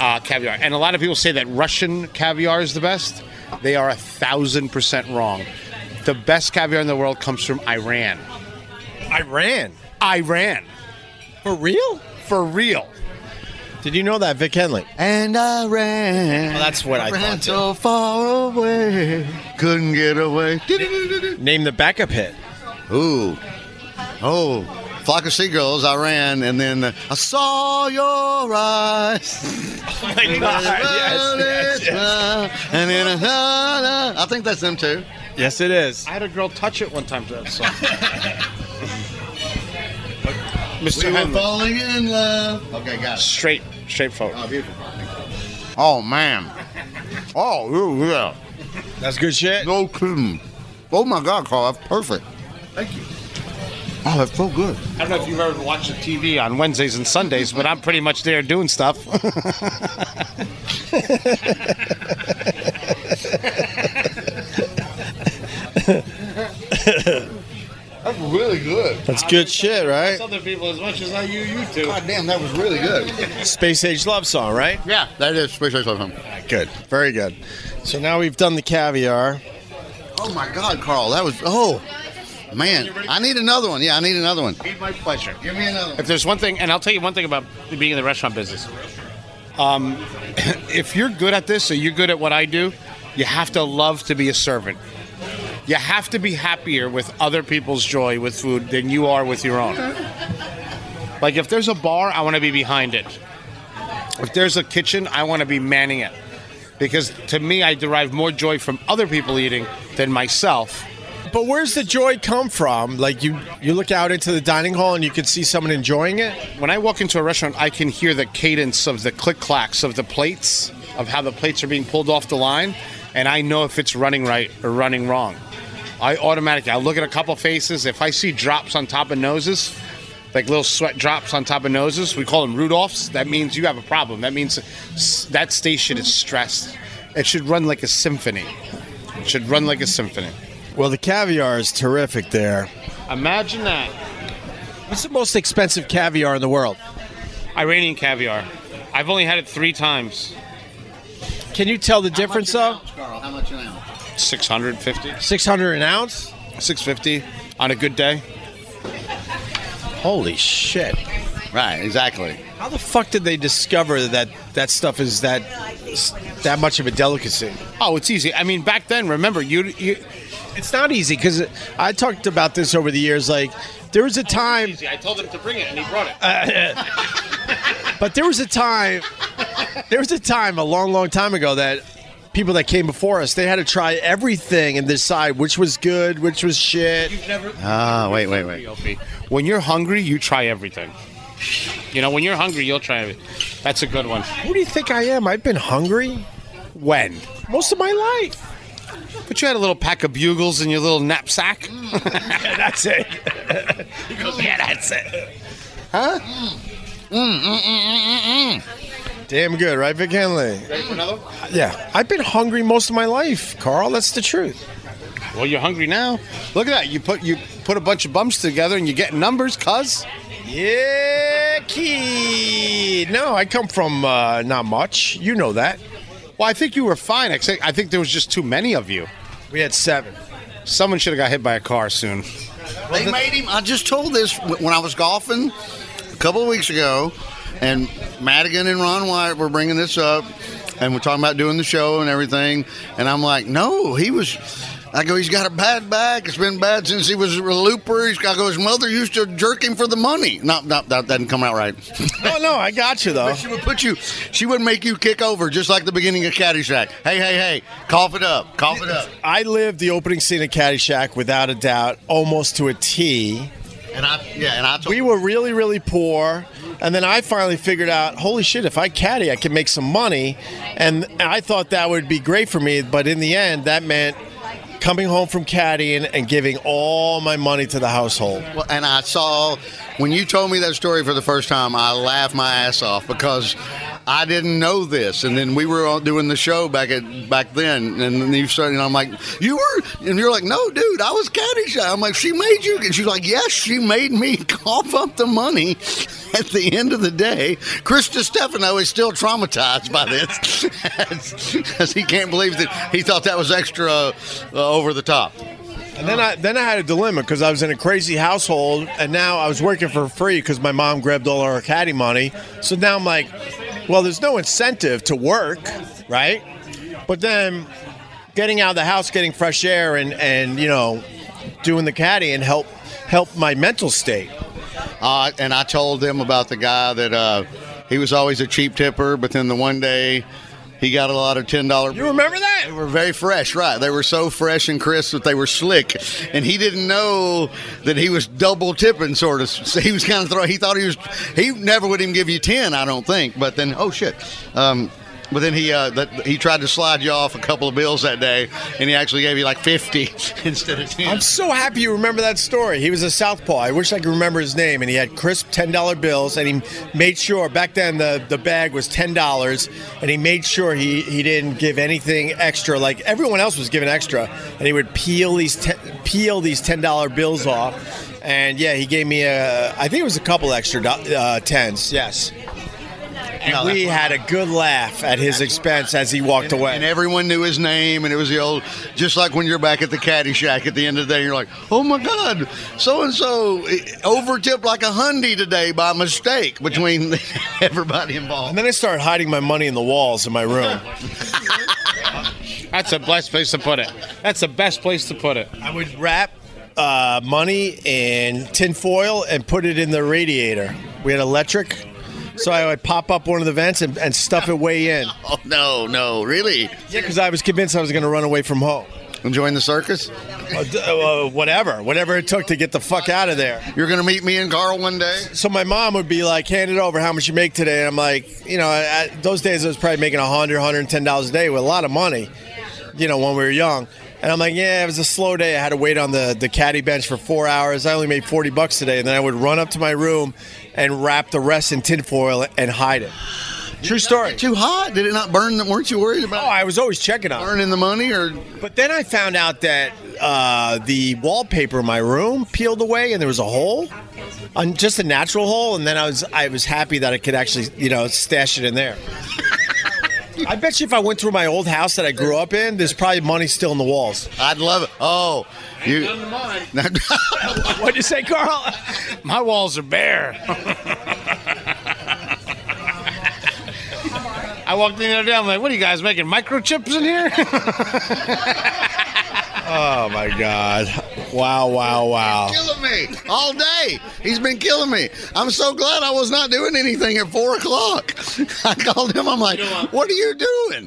uh, caviar. And a lot of people say that Russian caviar is the best. They are a thousand percent wrong. The best caviar in the world comes from Iran. Iran. Iran, For real? for real. Did you know that, Vic Henley? And I ran. Well, that's what I ran thought, so far away, couldn't get away. Name the backup [laughs] hit. Ooh, oh, flock of seagulls. I ran, and then uh, I saw your eyes. And then uh, I think that's them too. Yes, it is. I had a girl touch it one time to that song. Mr. We were Henry, falling in love. Okay, got it. straight, straightforward. Oh man. Oh yeah. That's good shit. No kidding. Oh my God, Carl, that's perfect. Thank you. Oh, that's so good. I don't know if you've ever watched the TV on Wednesdays and Sundays, but I'm pretty much there doing stuff. That's really good. That's good shit, right? other people as much as I you, you two. God damn, that was really good. Space Age love song, right? Yeah, that is space ice something. Good. Very good. So now we've done the caviar. Oh my God, Carl, that was oh man. I need another one. Yeah, I need another one. My pleasure. Give me another one. If there's one thing, and I'll tell you one thing about being in the restaurant business. Um, [coughs] if you're good at this, or you're good at what I do, you have to love to be a servant. You have to be happier with other people's joy with food than you are with your own. Like if there's a bar, I want to be behind it. If there's a kitchen, I want to be manning it. Because to me, I derive more joy from other people eating than myself. But where's the joy come from? Like you, you look out into the dining hall and you can see someone enjoying it. when I walk into a restaurant, I can hear the cadence of the click clacks of the plates, of how the plates are being pulled off the line, and I know if it's running right or running wrong. I automatically I look at a couple faces. If I see drops on top of noses, like little sweat drops on top of noses, we call them Rudolphs. That means you have a problem. That means s- that station is stressed. It should run like a symphony. It should run like a symphony. Well, the caviar is terrific there. Imagine that. What's the most expensive caviar in the world? Iranian caviar. I've only had it three times. Can you tell the difference though? Carl, how much an ounce? 650. Six hundred an ounce. 650 on a good day. Holy shit! Right, exactly. How the fuck did they discover that that stuff is that that much of a delicacy? Oh, it's easy. I mean, back then, remember you, you It's not easy because I talked about this over the years. Like there was a time, I told him to bring it, and he brought it. but there was a time, there was a time a long, long time ago that people that came before us they had to try everything and decide which was good, which was shit. Ah, wait, wait, wait. when you're hungry, you try everything. You know, when you're hungry, you'll try everything. That's a good one. Who do you think I am? I've been hungry When? most of my life. But you had a little pack of bugles in your little [laughs] knapsack. That's [laughs] it. Mm, yeah, that's it. Damn good, right, Vic Henley? Ready for another one? Yeah. I've been hungry most of my life, Carl. That's the truth. Well, you're hungry now. Look at that. You put you put a bunch of bumps together and you get numbers, cuz. Yeah, key. No, I come from uh, not much. You know that. Well, I think you were fine. Except I think there was just too many of you. We had seven. Someone should have got hit by a car soon. They made him. I just told this wh- when I was golfing a couple of weeks ago, and Madigan and Ron White were bringing this up, and we're talking about doing the show and everything. And I'm like, no, he was. I go, he's got a bad back. It's been bad since he was a looper. He's got, I go, his mother used to jerk him for the money. No, no, that doesn't come out right. [laughs] Oh, no, I got you, though. But she would put you, she would make you kick over just like the beginning of Caddyshack. Hey, hey, hey, cough it up, cough it up. I lived the opening scene of Caddyshack without a doubt, almost to a T. And I, yeah, and I told We were really, really poor. And then I finally figured out, holy shit, if I caddy, I can make some money. And I thought that would be great for me. But in the end, that meant coming home from caddying and giving all my money to the household. Well, and I saw when you told me that story for the first time, I laughed my ass off because I didn't know this. And then we were all doing the show back at back then, and then you started. And I'm like, you were, and you're like, no, dude, I was Caddyshack. I'm like, she made you, and she's like, yes, she made me [laughs] cough up the money. At the end of the day, Chris Stefano is still traumatized by this, [laughs] as, as he can't believe that he thought that was extra uh, over the top. And then I then I had a dilemma because I was in a crazy household, and now I was working for free because my mom grabbed all our caddy money. So now I'm like, well, there's no incentive to work, right? But then getting out of the house, getting fresh air, and and you know, doing the caddy and help help my mental state. Uh, and I told them about the guy that uh, he was always a cheap tipper, but then the one day he got a lot of ten dollar. You remember They that? were very fresh, right? They were so fresh and crisp that they were slick, and he didn't know that he was double tipping, sort of. [laughs] So he was kind of throw. He thought he was. He never would even give you ten, I don't think. But then, oh shit. Um, but then he uh, that, he tried to slide you off a couple of bills that day, and he actually gave you like fifty [laughs] instead of ten. I'm so happy you remember that story. He was a southpaw. I wish I could remember his name. And he had crisp ten dollar bills, and he made sure back then the, the bag was ten dollars, and he made sure he, he didn't give anything extra. Like everyone else was giving extra, and he would peel these te- peel these ten dollar bills off. And yeah, he gave me a I think it was a couple extra do- uh, tens. Yes. And we had a good laugh at his expense as he walked away. And everyone knew his name, and it was the old, just like when you're back at the caddy shack at the end of the day, you're like, oh my God, so and so overtipped like a hundy today by mistake between [laughs] everybody And involved. then I started hiding my money in the walls in my room. That's the best place to put it. That's the best place to put it. I would wrap uh, money in tin foil and put it in the radiator. We had electric, so I would pop up one of the vents and, and stuff it way in. Oh, no, no, really? Yeah, because I was convinced I was going to run away from home. Enjoying the circus? Uh, d- uh, whatever, whatever it took to get the fuck out of there. You're going to meet me and Carl one day? So my mom would be like, "Hand it over. How much you make today?" And I'm like, you know, I, I, those days I was probably making 100 110 dollars a day with a lot of money, you know, when we were young. And I'm like, yeah, it was a slow day. I had to wait on the the caddy bench for four hours. I only made 40 bucks today. And then I would run up to my room and wrap the rest in tinfoil and hide it. True story. Too hot? Did it not burn? The, weren't you worried Oh, about I was always checking on. it. burning the money? Or But then I found out that uh, the wallpaper in my room peeled away, and there was a hole, on just a natural hole. And then I was I was happy that I could actually you know stash it in there. I bet you if I went through my old house that I grew up in, there's probably money still in the walls. I'd love it. Oh, you. [laughs] What'd you say, Carl? My walls [laughs] are bare. I walked in the other day. I'm like, "What are you guys making microchips in here?" Oh my God! Wow! Wow! Wow! killing me all day. He's been killing me. I'm so glad I was not doing anything at four o'clock. [laughs] I called him. I'm like, "What are you doing?"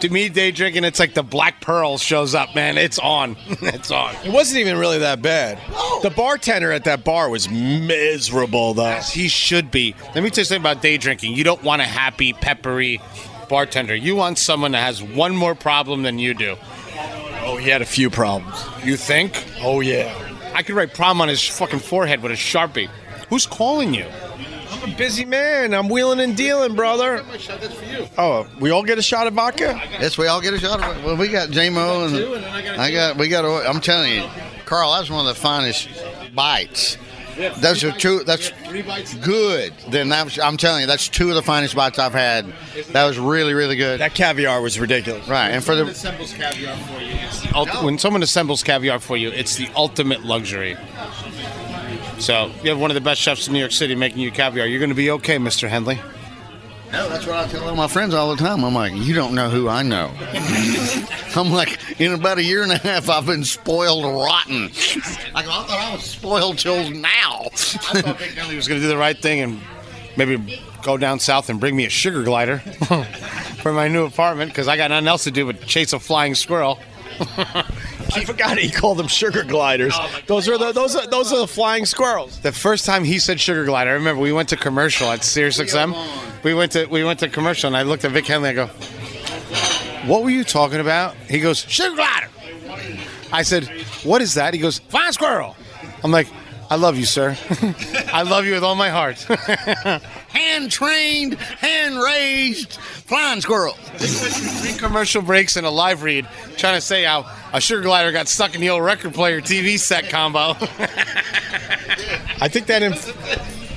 to me, day drinking, it's like the black pearl shows up, man. It's on. [laughs] it's on. It wasn't even really that bad. Oh. The bartender at that bar was miserable, though. He should be. Let me tell you something about day drinking. You don't want a happy, peppery bartender. You want someone that has one more problem than you do. Oh, he had a few problems. You think? Oh yeah. I could write prom on his fucking forehead with a sharpie. Who's calling you? I'm a busy man. I'm wheeling and dealing, brother. Oh, we all get a shot of vodka? Yes, we all get a shot. of it. Well, we got JMO and, I got we got. a- I'm telling you, Carl, that's one of the finest bites. Those are two. That's good. Then that was, I'm telling you, that's two of the finest bites I've had. That was really, really good. That caviar was ridiculous. Right, and for the assembles caviar for you. It's the ulti- When someone assembles caviar for you, it's the ultimate luxury. So you have one of the best chefs in New York City making you caviar. You're going to be okay, Mr. Henley. No, that's what I tell all my friends all the time. I'm like, you don't know who I [laughs] know. I'm like, in about a year and a half, I've been spoiled rotten. I, I thought I was spoiled till now. I thought Big Henley was going to do the right thing and maybe go down south and bring me a sugar glider [laughs] for my new apartment because I got nothing else to do but chase a flying squirrel. I forgot he called them sugar gliders. Those are the those are those are the flying squirrels. The first time he said sugar glider, I remember we went to commercial at Sirius XM. We went to we went to commercial, and I looked at Vic Henley. I go, "What were you talking about?" He goes, [laughs] "Sugar glider." I said, "What is that?" He goes, "Flying squirrel." I'm like, "I love you, sir. I love you with all my heart." hand trained, hand raised flying squirrel. Three commercial breaks and a live read, trying to say how a sugar glider got stuck in the old record player TV set combo. I think that inf-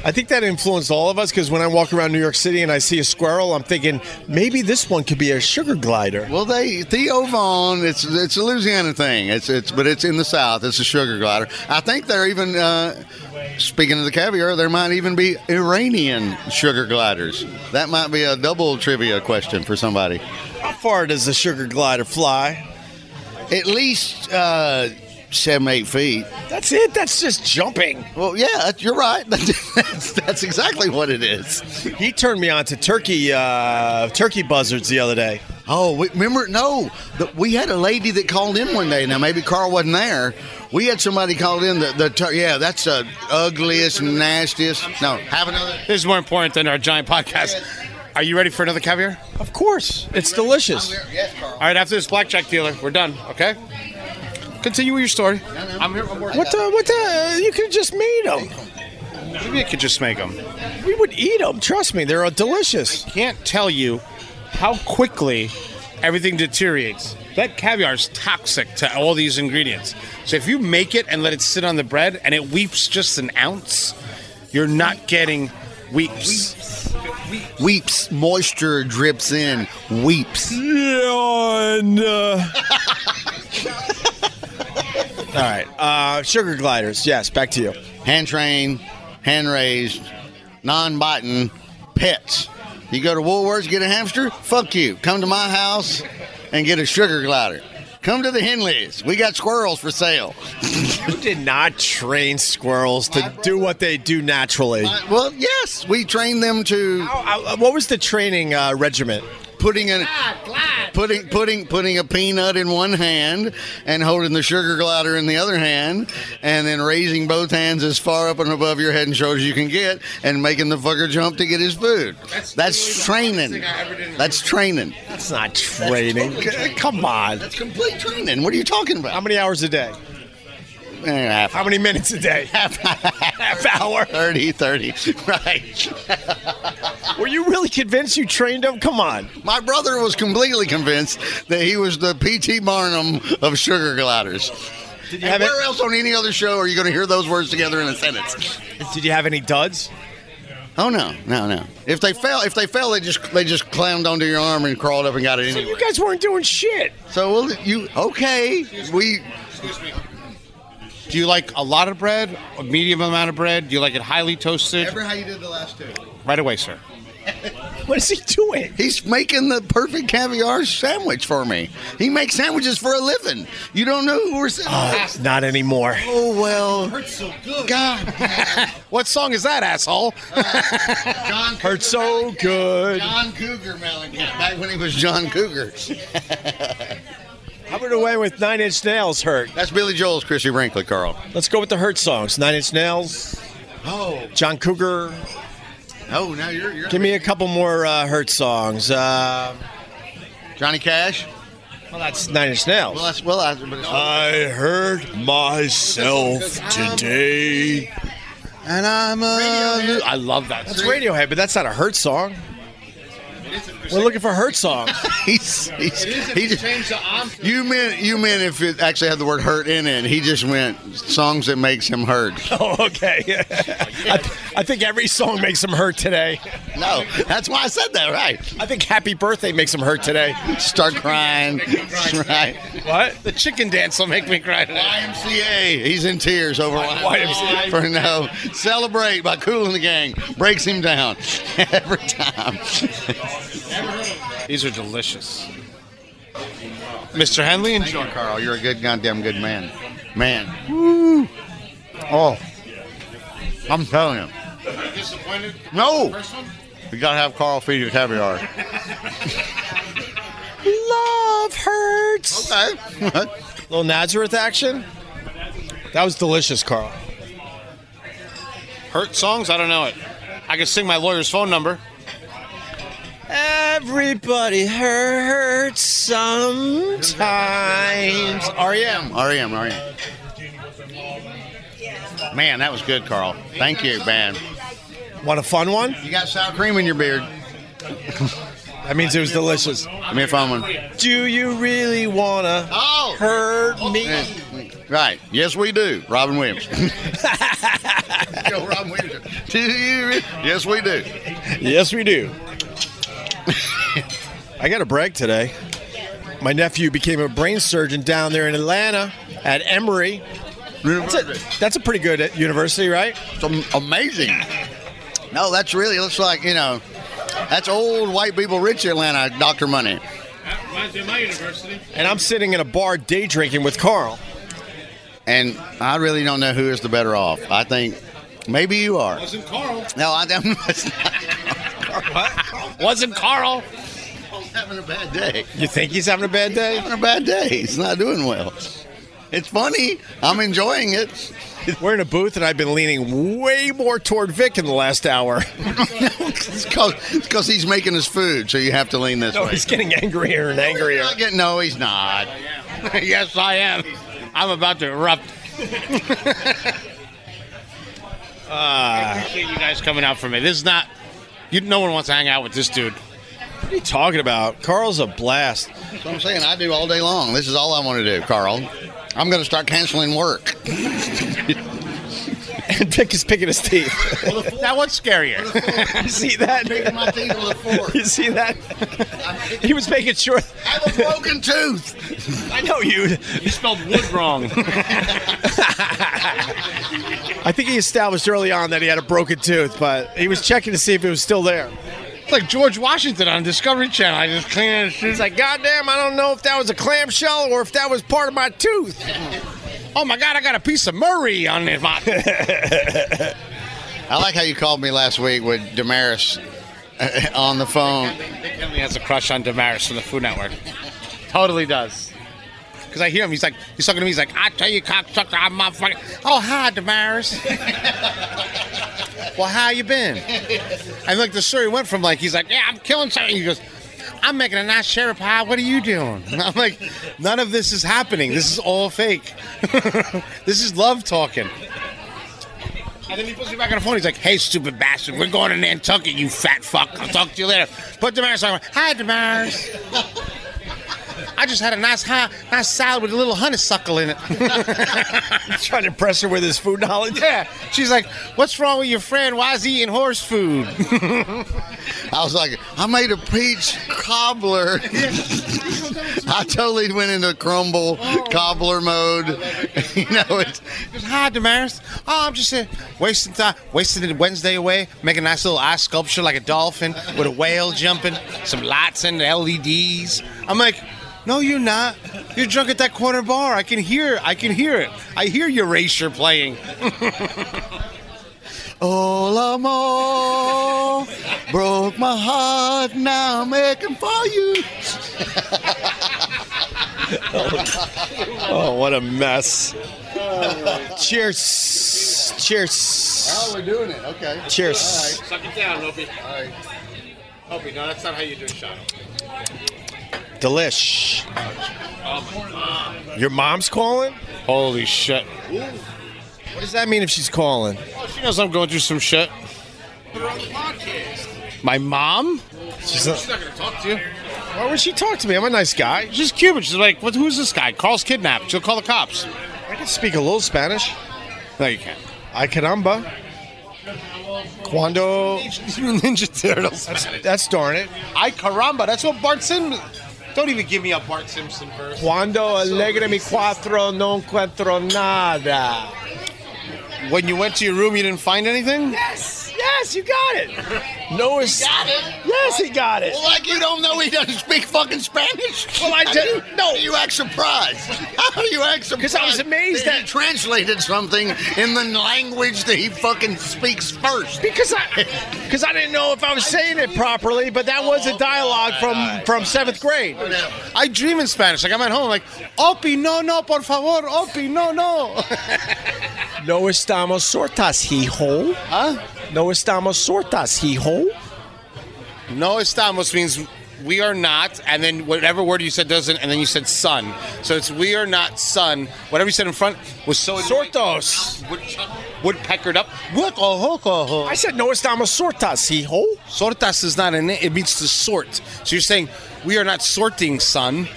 I think that influenced all of us because when I walk around New York City and I see a squirrel, I'm thinking maybe this one could be a sugar glider. Well, they Theo Vaughn. It's it's a Louisiana thing. It's it's but it's in the South. It's a sugar glider. I think they're even. Uh, Speaking of the caviar, there might even be Iranian sugar gliders. That might be a double trivia question for somebody. How far does the sugar glider fly? At least uh, seven, eight feet. That's it. That's just jumping. Well, yeah, you're right. [laughs] That's, that's exactly what it is. He turned me on to turkey uh, turkey buzzards the other day. Oh, we, remember? No, the, we had a lady that called in one day. Now maybe Carl wasn't there. We had somebody called in. The, the tur- yeah, that's the ugliest, nastiest. No, have another. this is more important than our giant podcast. Are you ready for another caviar? Of course, it's delicious. Yes, Carl. All right, after this blackjack dealer, we're done. Okay. Continue with your story. I'm here. I'm working. What the Uh, what the? You could have just made them. Maybe I could just make them. We would eat them. Trust me, they're delicious. Can't tell you how quickly everything deteriorates. That caviar is toxic to all these ingredients. So if you make it and let it sit on the bread and it weeps just an ounce, you're not getting weeps. Weeps, moisture drips in. Weeps. Yeah, and, uh... All right, uh, sugar gliders. Yes, back to you. Hand trained, hand raised, non biting pets. You go to Woolworths, get a hamster? Fuck you. Come to my house and get a sugar glider. Come to the Henleys. We got squirrels for sale. [laughs] You did not train squirrels to do what they do naturally. uh, Uh, Well, yes, we train them to what was the training uh, regiment? putting in putting putting putting a peanut in one hand and holding the sugar glider in the other hand and then raising both hands as far up and above your head and shoulders you can get and making the fucker jump to get his food. That's, training. That's training. That's not training. Come on. That's complete training. What are you talking How about? many hours a day? Eh, half- How many minutes a day? [laughs] Half hour. 30 30 right [laughs] Were you really convinced you trained them? Come on. my brother was completely convinced that he was the pt barnum of sugar gliders Did you and have where else on any other show are you going to hear those words together in a sentence Did you have any duds? Oh no, no, no! If they fell, if they fell, they just they just climbed onto your arm and crawled up and got it anyway. You guys weren't doing shit. So well, you okay? We Do you like a lot of bread, a medium amount of bread? Do you like it highly toasted? how you did the last two. right away, sir. [laughs] What is he doing? He's making the perfect caviar sandwich for me. He makes sandwiches for a living. You don't know who we're sitting. Oh, not anymore. oh well. hurts so good. God, What song is that, asshole? John Cougar Hurts so Mellencamp. good. John Cougar Mellencamp. Back when he was John Cougar. How about away with Nine Inch Nails hurt? That's Billy Joel's Chrissy Brinkley, Carl. Let's go with the hurt songs. Nine Inch Nails. Oh. John Cougar. Oh, now you're, you're Give me a couple more uh, hurt songs. Uh, Johnny Cash. well, that's Nine Inch Nails. Well, that's well. I, but it's, I hurt myself today. And I'm a. Radiohead. lo- I love that. That's Radiohead, but that's not a Hurt song. We're looking for Hurt song. He's, he's, he just, you meant you meant if it actually had the word hurt in it. He just went songs that makes him hurt. oh, [laughs] okay. [laughs] I, th- I think every song makes him hurt today. [laughs] No, that's why I said that. Right? I think Happy Birthday makes him hurt today. Start crying. [laughs] Right? What? The chicken dance will make me cry today. YMCA. He's in tears over YMCA. For no celebrate by Cool and the Gang breaks him down [laughs] every time. These are delicious. Mr. Henley and Sure, Carl, you're a good goddamn good man. Man. Woo. Oh. I'm telling you. disappointed. No. You gotta have Carl feed you caviar. Love hurts. [laughs] Okay. Little Nazareth action. That was delicious, Carl. Hurt songs? I don't know it. I can sing my lawyer's phone number. Everybody hurts sometimes. REM. REM. REM. E Man, that was good, Carl. Thank you, man. Want a fun one? You got sour cream in your beard. That means it was delicious. Give me a phone one. Do you really wanna Oh. hurt me? Right. Yes, we do. Robin Williams. Yo, Robin Williams. Do you re- Yes, we do. Yes, we do. I got a brag today. My nephew became a brain surgeon down there in Atlanta at Emory. That's a, that's a pretty good uh, university, right? It's am- amazing. No, that's really it looks like you know, that's old white people rich Atlanta doctor money. Reminds me of my university. And I'm sitting in a bar day drinking with Carl. And I really don't know who is the better off. I think maybe you are. Wasn't Carl. No, I don't. [laughs] It's not Wasn't Carl. Carl's having a bad day. You think he's having a bad day? Having a bad day. He's not doing well. It's funny. I'm enjoying it. [laughs] We're in a booth, and I've been leaning way more toward Vic in the last hour. [laughs] it's because he's making his food, so you have to lean this No, way. he's getting angrier and angrier. Not getting- no, he's not. [laughs] yes, I am. I'm about to erupt. [laughs] Uh, I appreciate you guys coming out for me. This is not. You, no one wants to hang out with this dude. What are you talking about? Carl's a blast. [laughs] That's what I'm saying. I do all day long. This is all I want to do, Carl. I'm going to start canceling work. And Vic is picking his teeth. [laughs] Now what's scarier? you see that? my teeth with a fork. [laughs] You see that? [laughs] he was making sure. I have a broken tooth. [laughs] I know you. you spelled wood wrong. I think he established early on that he had a broken tooth, but he was checking to see if it was still there. it's like George Washington on Discovery Channel. I just cleaned it. He's like, God damn, I don't know if that was a clamshell or if that was part of my tooth. Oh my God, I got a piece of Murray on it. My, I like how you called me last week with Damaris uh, on the phone. He has a crush on Damaris from the Food Network. totally does. Because I hear him. He's like, he's talking to me. He's like, I tell you, cocksucker, I'm motherfucking. Oh, hi, Damaris. well, how you been? And like the story went from like, he's like, yeah, I'm killing something. He goes, I'm making a nice cherry pie. What are you doing? [laughs] And I'm like, none of this is happening. This is all fake. [laughs] this is love talking. And then he puts me back on the phone. He's like, "Hey, stupid bastard, we're going to Nantucket, you fat fuck. I'll talk to you later." Put Damaris on. Hi, Damaris. I just had a nice, high, nice salad with a little honeysuckle in it. He's [laughs] trying to impress her with his food knowledge. yeah. She's like, "What's wrong with your friend? Why is he eating horse food?" I was like, I made a peach cobbler. [laughs] I totally went into crumble cobbler mode. [laughs] you [laughs] know, it's, Just, Hi, Damaris. Oh, I'm just uh, wasting time, wasting the Wednesday away, making a nice little eye sculpture like a dolphin with a whale jumping, some lights and LEDs. I'm like, no, you're not. You're drunk at that corner bar. I can hear. I can hear it. I hear [laughs] Erasure playing. Olamo broke my heart, now I'm aching for you. [laughs] Oh, what a mess. Cheers. Cheers. we're doing it. Okay. Cheers. Suck it down, Opie. All right. Opie, no, that's not how you do it, Sean. Delish. Your mom's calling? Holy shit. What does that mean if she's calling? She knows I'm going through some shit. My mom? She's not, She's not gonna talk to you. why would she talk to me? I'm a nice guy. She's Cuban. She's like, what, who's this guy? Carl's kidnapped. She'll call the cops. I can speak a little Spanish. No, you can't. I caramba. [laughs] Cuando. She's from Ninja Turtles. That's, That's darn it. I caramba. That's what Bart Simpson. Don't even give me a Bart Simpson verse. Cuando alegre mi cuatro no encuentro nada. When you went to your room, you didn't find anything? Yes, yes, you got it. Noah's. got it. Yes, he got it. Well, like you don't know he doesn't speak fucking Spanish. Well, I How did- you- No, you act surprised. How do you act surprised? 'Cause I was amazed that, that- he translated something in the language that he fucking speaks first. Because I, because I didn't know if I was saying it properly, but that was a dialogue from from seventh grade. I dream in Spanish. Like I'm at home, like Opi, no, no, por favor, Opi, no, no. No estamos sortas, hijo. Huh? No estamos sortas, hijo. [laughs] no estamos means we are not, and then whatever word you said doesn't, and then you said son. So it's we are not son. Whatever you said in front was so annoying. Sortos. Wood, woodpeckered up. oh, Sortas I said no estamos sortas, hijo. is not an it means to sort. So you're saying we are not sorting, son.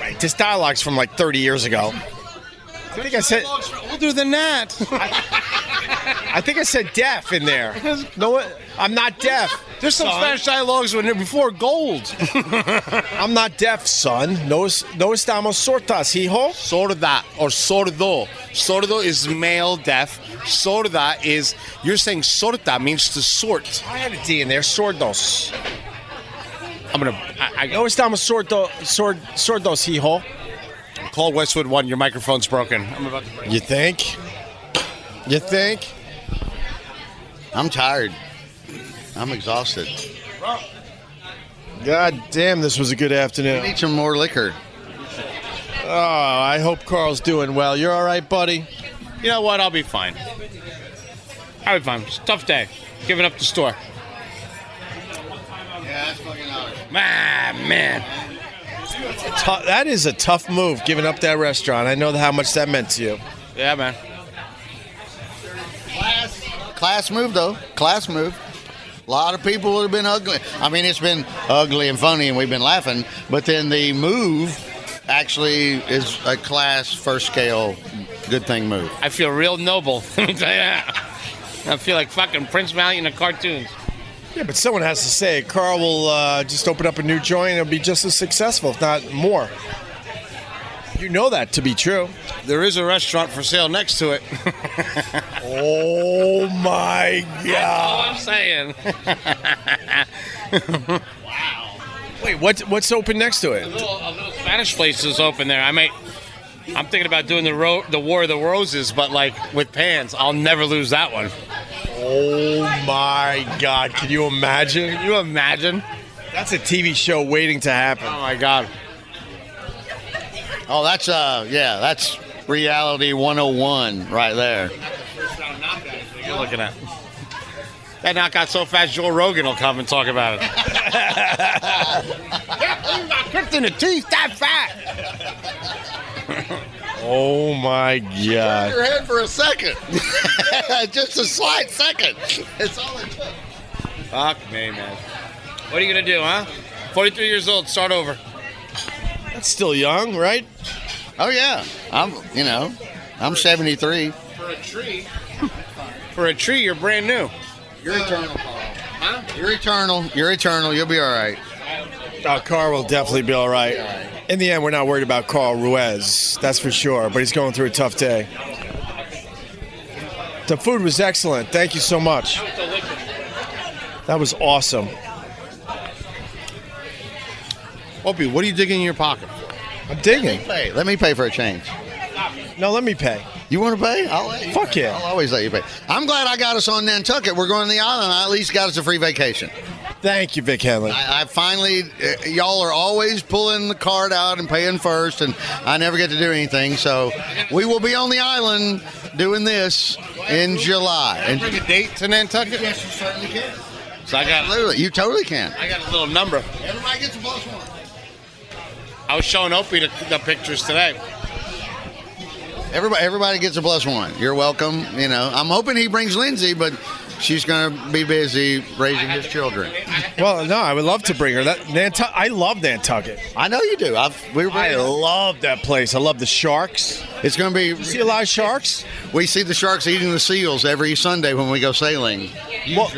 Right. This dialogue's from like 30 years ago. I think I said Older than that. I think I said deaf in [laughs] there. No, I'm not deaf. There's some Son. Spanish dialogues when they're before gold. I'm not deaf, son. No, es- no estamos sortas, hijo. sorda or sordo. Sordo is male deaf. Sorda is you're saying sorta means to sort. I had a D in there. Sordos. I'm gonna I, No estamos sordo, sord, sordos, hijo. I call Westwood One. Your microphone's broken. I'm about to break. You think? You think? I'm tired. I'm exhausted. God damn, this was a good I afternoon. need some more liquor. Oh, I hope Carl's doing well. You're all right, buddy. You know what? I'll be fine. I'll be fine. It's a tough day. Giving up the store. Yeah, that's fucking ours. Ah, man. Tou- that is a tough move, giving up that restaurant. I know how much that meant to you. Yeah, man. Class, class move though. Class move. A lot of people would have been ugly. I mean, it's been ugly and funny, and we've been laughing. But then the move actually is a class first scale good thing move. I feel real noble. [laughs] Let me tell you that. I feel like fucking Prince Valiant in the cartoons. Yeah, but someone has to say it. Carl will uh, just open up a new joint. It'll be just as successful, if not more. You know that to be true. There is a restaurant for sale next to it. Oh my Oh, God! I'm saying. Wait, what? What's open next to A it? little, a little Spanish place is open there. I might. I'm thinking about doing the ro- the War of the Roses, but like with pans, I'll never lose that one. Oh my God! Can you imagine? Can you imagine? That's a TV show waiting to happen. Oh my God! Oh, that's uh, yeah, that's reality 101 right there. You're looking at that knockout so fast. Joe Rogan will come and talk about it. you got kicked in the teeth that fat. [laughs] Oh my God! Your head for a second, [laughs] just a slight second. It's all it took. [laughs] Fuck me, man. What are you gonna do, huh? 43 years old. Start over. That's still young, right? Oh yeah, I'm you know, I'm 73. For a tree. For a tree, you're brand new. You're eternal, Paul. Huh? You're eternal. You're eternal. You'll be all right. Uh, Carl will definitely be all right. In the end, we're not worried about Carl Ruiz, that's for sure, but he's going through a tough day. The food was excellent. Thank you so much. That was awesome. Opie, what are you digging in your pocket? I'm digging. Hey, let me pay for a change. No, let me pay. You want to pay? I'll let you Fuck pay. yeah. I'll always let you pay. I'm glad I got us on Nantucket. We're going to the island. I at least got us a free vacation. Thank you, Vic Henley. I, I finally, uh, y'all are always pulling the card out and paying first, and I never get to do anything. So we will be on the island doing this in July. And Bring a date to Nantucket. you certainly can. So I got Absolutely, you totally can. I got a little number. Everybody gets a plus one. I was showing Opie the, the pictures today. Everybody, everybody gets a plus one. You're welcome. You know, I'm hoping he brings Lindsay, but she's going to be busy raising his children. Well, no, I would love to bring her. That Nantu- I love Nantucket. I know you do. I've, we were, I love that place. I love the sharks. it's going to be. See a lot of sharks. We see the sharks eating the seals every Sunday when we go sailing. Well,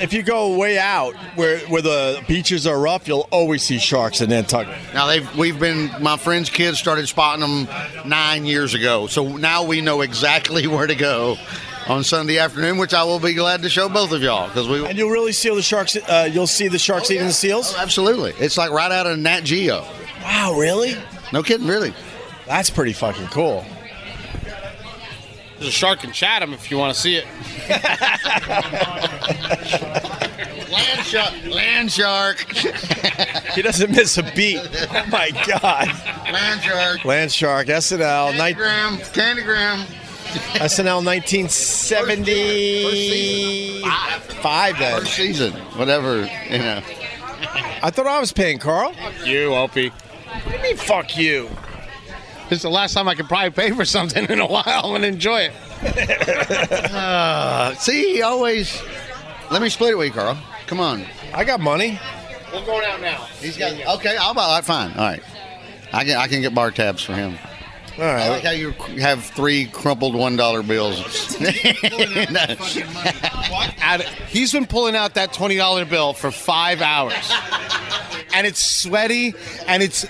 if you go way out where where the beaches are rough, you'll always see sharks in Nantucket. Now they've we've been my friend's kids started spotting them nine years ago, so now we know exactly [laughs] where to go on Sunday afternoon, which I will be glad to show both of y'all because we And you'll really see the sharks. Uh, you'll see the sharks eating the seals. Oh, absolutely. It's like right out of Nat Geo. Wow, really? No kidding, really. That's pretty fucking cool. There's a shark in Chatham if you want to see it. Land shark. Land shark. [laughs] He doesn't miss a beat. Oh my god. Land shark. Land Shark, SNL, night, Candygram. Candygram. SNL First season. 1975. Then First season. Whatever you know. I thought I was paying Carl. You, Opie. What do you mean, fuck you? This is the last time I could probably pay for something in a while and enjoy it. Uh, see, he always. Let me split it with you, Carl. Come on. I got money. We're going out now. He's got okay. I'll buy that. Fine. All right. I can I can get bar tabs for him. All I right. like how you have three crumpled one dollar [laughs] bills. Out he's been pulling out that twenty dollar bill for five hours, and it's sweaty, and it's.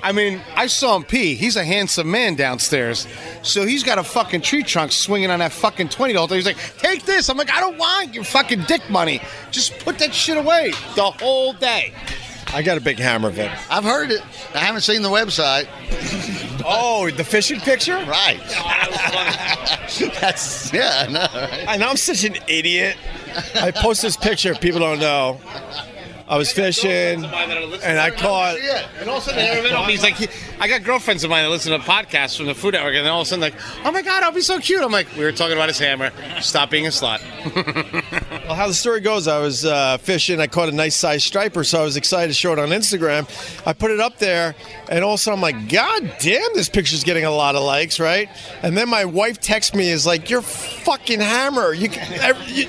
I mean, I saw him pee. He's a handsome man downstairs, so he's got a fucking tree trunk swinging on that fucking twenty dollar. He's like, "Take this." I'm like, "I don't want your fucking dick money. Just put that shit away." The whole day. I got a big hammer, Vic. I've heard it. I haven't seen the website. Oh, the fishing picture? Right. [laughs] [laughs] That's yeah. I know. right? And I'm such an idiot. I post this picture. if People don't know. I was fishing, and I caught. And all of a sudden, Aaron Middle, he's like, he- I got girlfriends of mine that listen to podcasts from the Food Network, and then all of a sudden, like, oh my God, I'll be so cute. I'm like, we were talking about his hammer. Stop being a slut. Well, how the story goes, I was uh, fishing. I caught a nice sized striper, so I was excited to show it on Instagram. I put it up there, and all of a sudden I'm like, God damn, this picture's getting a lot of likes, right? And then my wife texts me, is like, Your fucking hammer. You, every, you,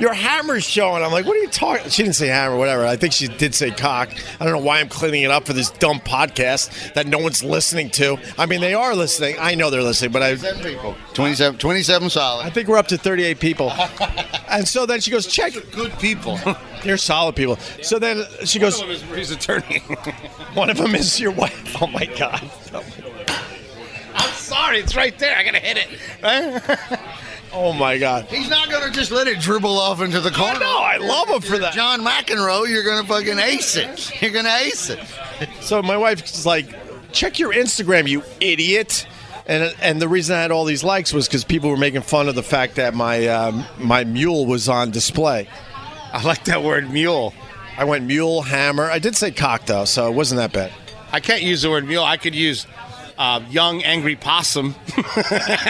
your hammer's showing. I'm like, What are you talking? She didn't say hammer, whatever. I think she did say cock. I don't know why I'm cleaning it up for this dumb podcast that no one's listening to. I mean, they are listening. I know they're listening, but I. Seven people. 27, 27 I solid. think we're up to 38 people. and so then she goes, check. Good people. They're solid people. So then she goes, He's attorney. [laughs] one of them is your wife. Oh my God. I'm sorry, it's right there. I gotta hit it. Oh my God. He's not gonna just let it dribble off into the corner. know, I love him If for you're that. John McEnroe, you're gonna fucking ace it. You're gonna ace it. So my wife's like, check your Instagram, you idiot. And, and the reason I had all these likes was because people were making fun of the fact that my um, my mule was on display. I like that word mule. I went mule hammer. I did say cock though, so it wasn't that bad. I can't use the word mule. I could use uh, young angry possum. [laughs]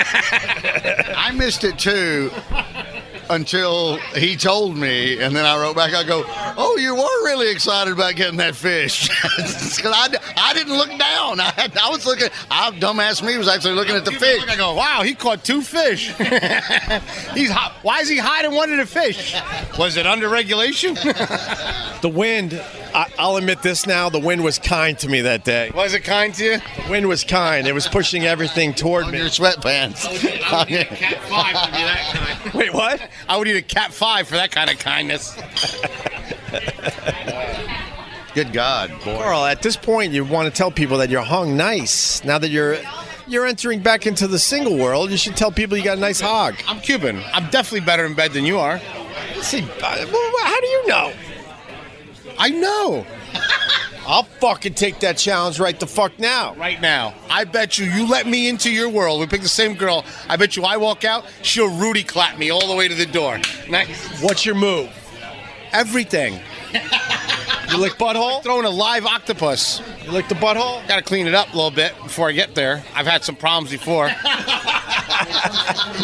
I missed it too until he told me, and then I wrote back. I go, "Oh, you were really excited about getting that fish [laughs] because I, I didn't look down. I, had- I was looking. I dumbass me was actually looking at the fish. I go, wow, he caught two fish. [laughs] He's hot. Why is he hiding one of the fish? Was it under regulation? The wind, I, I'll admit this now, the wind was kind to me that day. was it kind to you? The wind was kind. It was pushing everything toward On [laughs] me. [laughs] your sweatpants. Cat five to be that kind. Wait, what? I would eat a cat five for that kind of kindness. Good God, boy! Carl, at this point, you want to tell people that you're hung nice. Now that you're you're entering back into the single world, you should tell people you got a nice hog. I'm Cuban. I'm definitely better in bed than you are. See, uh, well, how do you know? I know. [laughs] I'll fucking take that challenge right the fuck now. Right now, I bet you, you let me into your world. We pick the same girl. I bet you, I walk out, she'll Rudy clap me all the way to the door. Nice. What's your move? Everything. You lick butthole? Throwing a live octopus. You lick the butthole? Got to clean it up a little bit before I get there. I've had some problems before.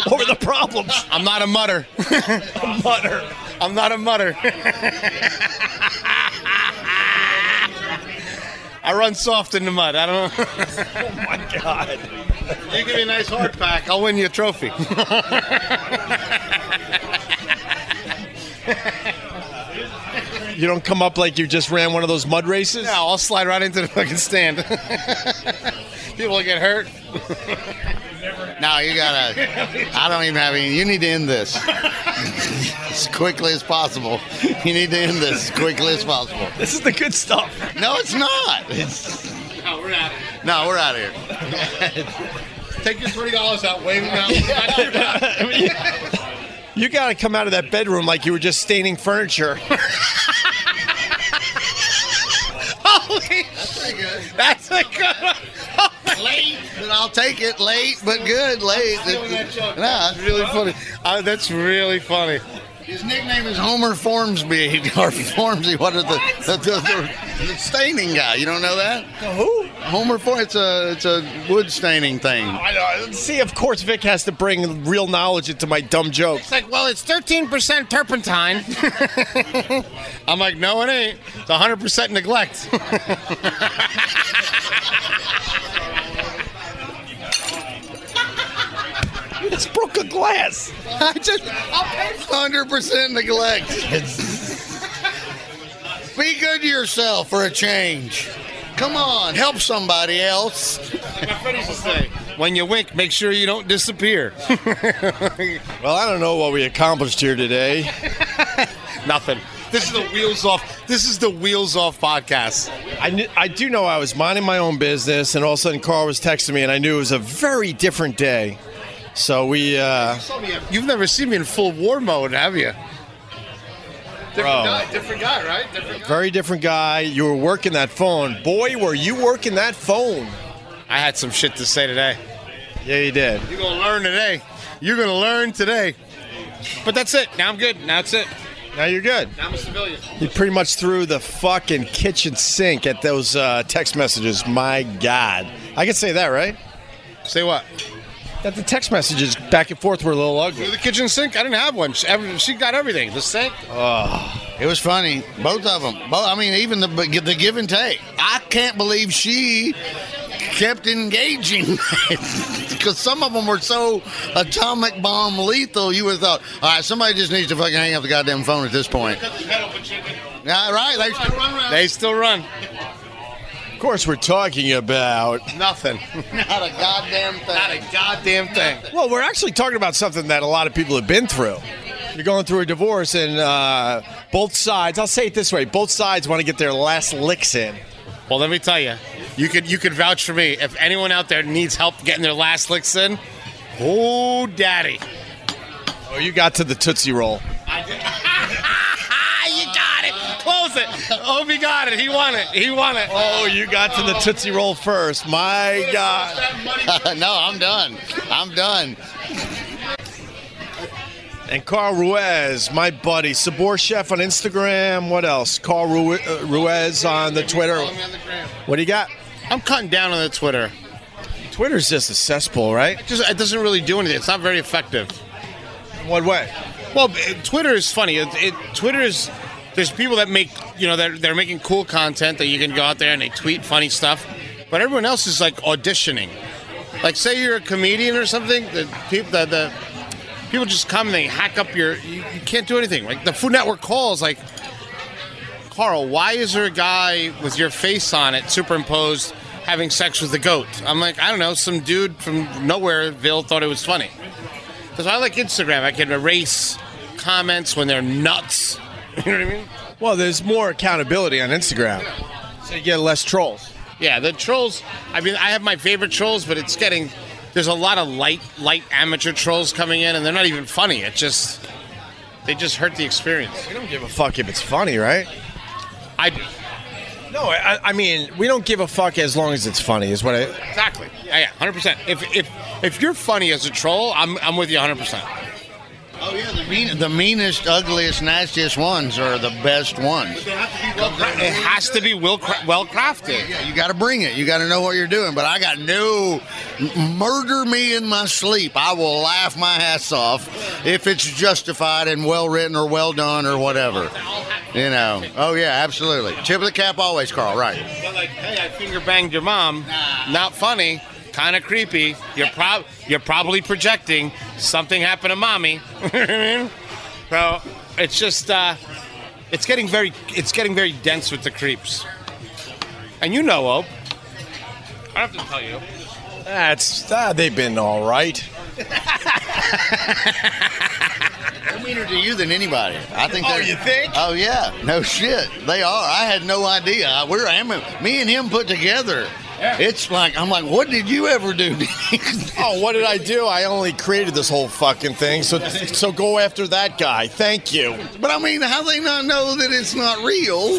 What were the problems? I'm not [laughs] a mutter. Butter. I'm not a mutter. I run soft in the mud. I don't know. [laughs] Oh my god. You give me a nice hard pack, I'll win you a trophy. You don't come up like you just ran one of those mud races. No, I'll slide right into the fucking stand. People will get hurt. No, you gotta. I don't even have any. You need to end this as quickly as possible. You need to end this as quickly as possible. [laughs] This is the good stuff. No, it's not. It's, [laughs] No, we're out. no, we're out of here. Take your twenty dollars out, wave them [laughs] out. [laughs] You got to come out of that bedroom like you were just staining [laughs] furniture. Holy, Pretty good. that's a good one. Oh my- But I'll take it late, but good late. No, that's really funny. Uh, that's really funny. His nickname is Homer [laughs] Formsby or Formsy. What are the the, the, the, the staining guy? You don't know that? Who? Homer Form. It's a it's a wood staining thing. I know. See, of course, Vic has to bring real knowledge into my dumb joke. It's like, well, it's thirteen percent turpentine. I'm like, no, it ain't. It's hundred percent neglect. You just broke a glass. I just hundred percent neglect. Be good to yourself for a change. Come on, help somebody else. when you wink, make sure you don't disappear. [laughs] Well, I don't know what we accomplished here today. Nothing. This is the wheels off. This is the wheels off podcast. I, knew, I do know I was minding my own business, and all of a sudden Carl was texting me, and I knew it was a very different day. So we, uh, You've never seen me in full war mode, have you? Bro. different guy, right? Different guy. very different guy. You were working that phone. Boy, were you working that phone. I had some shit to say today. Yeah, you did. You're gonna learn today. You're gonna learn today. But that's it. Now I'm good. Now it's it. Now you're good. Now I'm a civilian. You pretty much threw the fucking kitchen sink at those uh, text messages. My God. I can say that, right? Say what? That the text messages back and forth were a little ugly. The kitchen sink. I didn't have one. She, every- she got everything. The sink. It was funny, both of them. Both, I mean, even the the give and take. I can't believe she kept engaging [laughs] because some of them were so atomic bomb lethal. You would have thought, all right, somebody just needs to fucking hang up the goddamn phone at this point. Yeah, right. They still run around. They still run. Of course, we're talking about. Nothing. Not a goddamn thing. [laughs] Not a goddamn thing. Well, we're actually talking about something that a lot of people have been through. You're going through a divorce, and uh, both sides, I'll say it this way both sides want to get their last licks in. Well, let me tell you, you could you could vouch for me. If anyone out there needs help getting their last licks in, oh [laughs] daddy, Oh, you got to the Tootsie Roll. [laughs] you got it. Close it. Obi got it. He won it. He won it. Oh, you got to the Tootsie Roll first. My God. [laughs] no, I'm done. I'm done. And Carl Ruiz, my buddy, Sabor Chef on Instagram. What else? Carl Ru- uh, Ruiz on the Twitter. What do you got? I'm cutting down on the Twitter. Twitter's just a cesspool, right? It just it doesn't really do anything. It's not very effective. In what way? Well, b- Twitter is funny. It, it Twitter is there's people that make you know they're they're making cool content that you can go out there and they tweet funny stuff, but everyone else is like auditioning. Like say you're a comedian or something, the people the, the people just come and they hack up your you, you can't do anything. Like the Food Network calls like Carl, why is there a guy with your face on it superimposed having sex with the goat? I'm like, I don't know, some dude from nowhereville thought it was funny. Because I like Instagram. I can erase comments when they're nuts. [laughs] You know what I mean? Well, there's more accountability on Instagram, so you get less trolls. Yeah, the trolls. I mean, I have my favorite trolls, but it's getting there's a lot of light, light amateur trolls coming in, and they're not even funny. It just they just hurt the experience. We don't give a fuck if it's funny, right? I No, I, I mean we don't give a fuck as long as it's funny. Is what I. exactly. Yeah, yeah, hundred percent. If if if you're funny as a troll, I'm I'm with you hundred percent. Oh yeah, the mean, the meanest, ugliest, nastiest ones are the best ones. It has to be well cra- well crafted. Yeah, you got to bring it. You got to know what you're doing. But I got no murder me in my sleep. I will laugh my ass off if it's justified and well written or well done or whatever. You know. Oh yeah, absolutely. Tip of the cap always, Carl. Right. But like, hey, I finger banged your mom. Not funny. kind of creepy. You're prob you're probably projecting something happened to mommy. [laughs] Bro, it's just uh, it's getting very it's getting very dense with the creeps. And you know, Ope. I don't have to tell you. That's ah, they've been all right. They're meaner to you than anybody. I think. Oh, they're- you think? Oh yeah. No shit. They are. I had no idea. I- We're am- me and him put together. It's like I'm like, what did you ever do? [laughs] Oh, what did I do? I only created this whole fucking thing. So so go after that guy. Thank you. But I mean, how they not know that it's not real,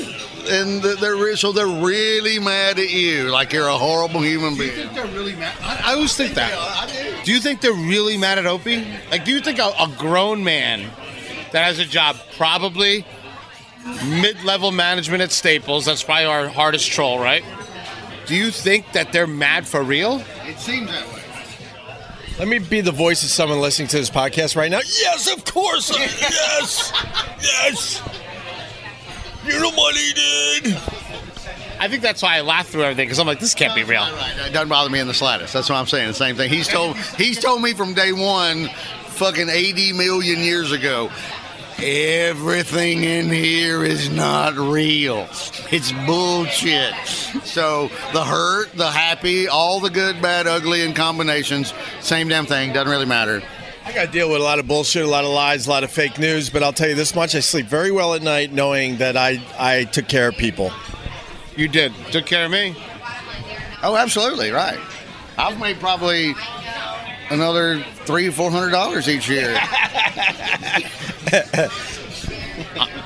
and that they're real, so they're really mad at you, like you're a horrible human being. They're really mad. I, I always think that. I do. Do you think they're really mad at Opie? Like, do you think a, a grown man that has a job, probably mid-level management at Staples, that's probably our hardest troll, right? Do you think that they're mad for real? It seems that way. Let me be the voice of someone listening to this podcast right now. Yes, of course. I- yes. Yes. You know what he did. I think that's why I laugh through everything because I'm like, this can't be real. Right, right. It doesn't bother me in the slightest. That's what I'm saying. The same thing. He's told he's told me from day one, fucking 80 million years ago. Everything in here is not real. It's bullshit. So the hurt, the happy, all the good, bad, ugly, and combinations, same damn thing. Doesn't really matter. I got to deal with a lot of bullshit, a lot of lies, a lot of fake news, but I'll tell you this much: I sleep very well at night, knowing that I I took care of people. You did. Took care of me. Oh, absolutely right. I've made probably another three, four hundred dollars each year.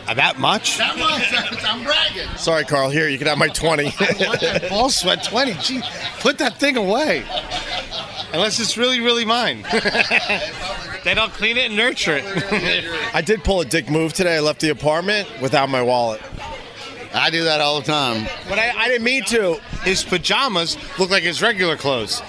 Uh, that much? [laughs] that much. I'm bragging. Sorry, Carl. Here, you can have my [laughs] twenty. [laughs] Ball sweat 20. Gee, put that thing away. Unless it's really, really mine. [laughs] they don't clean it and nurture [laughs] it. I did pull a dick move today. I left the apartment without my wallet. I do that all the time. But I, I didn't mean to. His pajamas look like his regular clothes.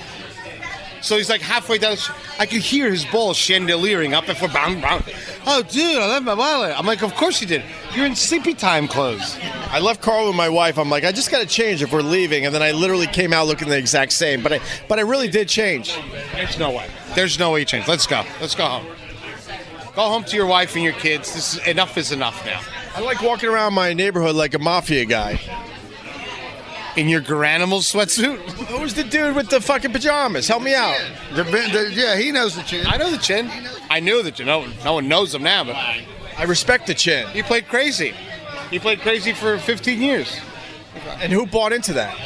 So he's like halfway down. the sh- I could hear his balls chandeliering up and for bang bang. Oh, dude, I left my wallet. I'm like, of course you did. You're in sleepy time clothes. I left Carl with my wife. I'm like, I just got to change if we're leaving, and then I literally came out looking the exact same. But I, but I really did change. There's no way. There's no way you change. Let's go. Let's go home. Go home to your wife and your kids. This is enough is enough now. I like walking around my neighborhood like a mafia guy. In your Garanimal sweatsuit. Who's the dude with the fucking pajamas? Help me out. The, the, yeah, he knows the chin. I know the chin. I knew that you know no one knows him now, but I respect the chin. he played crazy. He played crazy for 15 years. And who bought into that?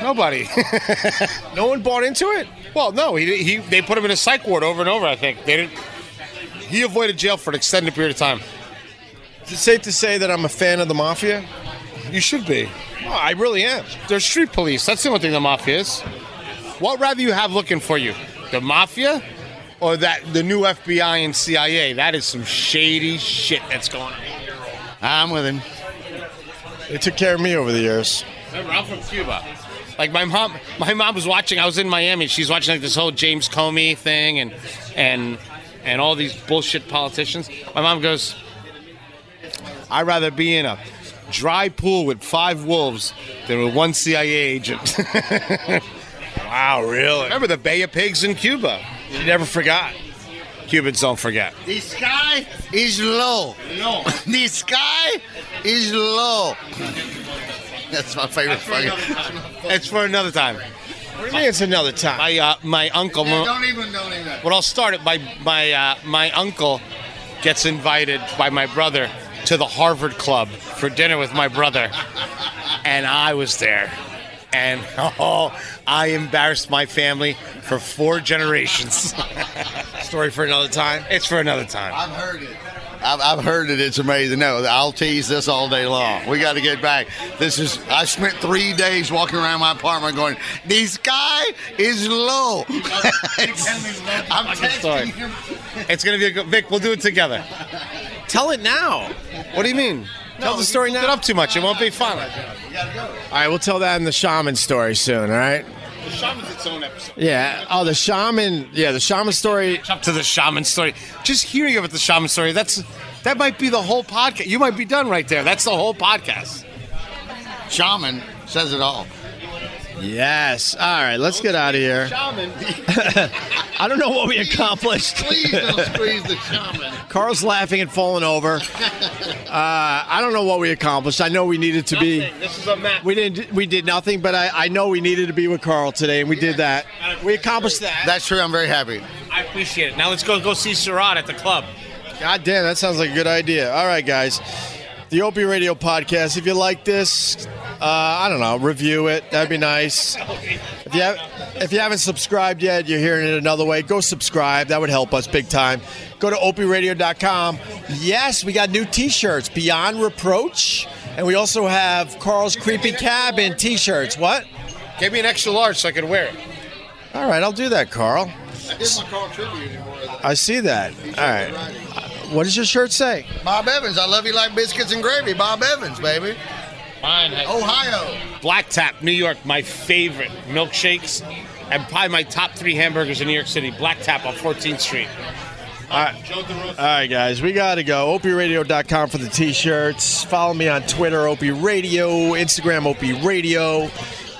Nobody. [laughs] No one bought into it. Well, no, he, he they put him in a psych ward over and over. I think they didn't. He avoided jail for an extended period of time. Is it safe to say that I'm a fan of the mafia? You should be. Oh, I really am. They're street police. That's the only thing the mafia is. What rather you have looking for you, the mafia, or that the new FBI and CIA? That is some shady shit that's going on. I'm with him. They took care of me over the years. Remember, I'm from Cuba. Like my mom, my mom was watching. I was in Miami. She's watching like this whole James Comey thing and and and all these bullshit politicians. My mom goes, "I'd rather be in a dry pool with five wolves than with one CIA agent." [laughs] Wow, really? Remember the Bay of Pigs in Cuba? You never forgot. Cubans don't forget. The sky is low. No. [laughs] The sky is low. That's my favorite fucking. It's for another time. What do you mean it's another time? My uh, my uncle. Don't even, don't even. But I'll start it. My my uh, my uncle gets invited by my brother to the Harvard Club for dinner with my brother, and I was there, and [laughs] oh, I embarrassed my family for four generations. [laughs] Story for another time. it's for another time. I've heard it. I've, I've heard it. It's amazing. No, I'll tease this all day long. We got to get back. This is. I spent three days walking around my apartment going, "The sky is low." [laughs] I'm story. texting him. It's gonna be a good. Vic, we'll do it together. Tell it now. What do you mean? Tell the story Get now. up too much. It won't be fun. All right, we'll tell that in the shaman story soon. All right. The shaman's its own episode. Yeah. Oh, the shaman. Yeah, the shaman story. Up to the shaman story. Just hearing about the shaman story. That's that might be the whole podcast. You might be done right there. That's the whole podcast. Shaman says it all. Yes. All right, let's get out of here. Shaman. [laughs] I don't know what we accomplished. Please don't squeeze the shaman. [laughs] Carl's laughing and falling over. Uh, I don't know what we accomplished. I know we needed to be. This is a map. We didn't. We did nothing, but I, I know we needed to be with Carl today, and we did that. We accomplished that. That's true. I'm very happy. I appreciate it. Now let's go go see Surat at the club. God damn, that sounds like a good idea. All right, guys. The Opie Radio podcast. If you like this, uh, I don't know, review it. That'd be nice. If you, have, if you haven't subscribed yet, you're hearing it another way, go subscribe. That would help us big time. Go to opieradio.com. Yes, we got new t shirts, Beyond Reproach. And we also have Carl's Creepy Cabin t shirts. What? Give me an extra large so I can wear it. All right, I'll do that, Carl. I did my Carl tribute anymore. I see that. All right. What does your shirt say? Bob Evans, I love you like biscuits and gravy. Bob Evans, baby. Mine has Ohio. Black Tap, New York, my favorite milkshakes, and probably my top three hamburgers in New York City. Black Tap on 14th Street. All right. All right, guys, we got to go. OpieRadio.com for the t shirts. Follow me on Twitter, Opie Radio, Instagram, Opie Radio,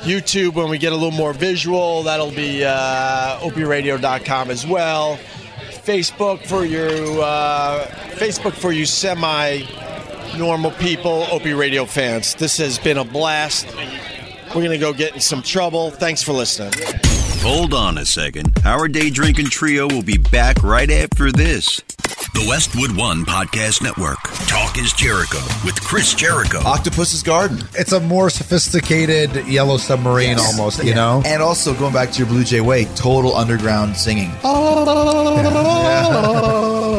YouTube when we get a little more visual. That'll be uh, OpieRadio.com as well. Facebook for your uh, Facebook for you semi normal people, Opie Radio fans. This has been a blast. We're going to go get in some trouble. Thanks for listening. Hold on a second. Our day drinking trio will be back right after this. The Westwood One Podcast Network. Talk is Jericho with Chris Jericho. Octopus's Garden. It's a more sophisticated Yellow Submarine almost, you know? And also going back to your Blue Jay way, total underground [laughs] singing.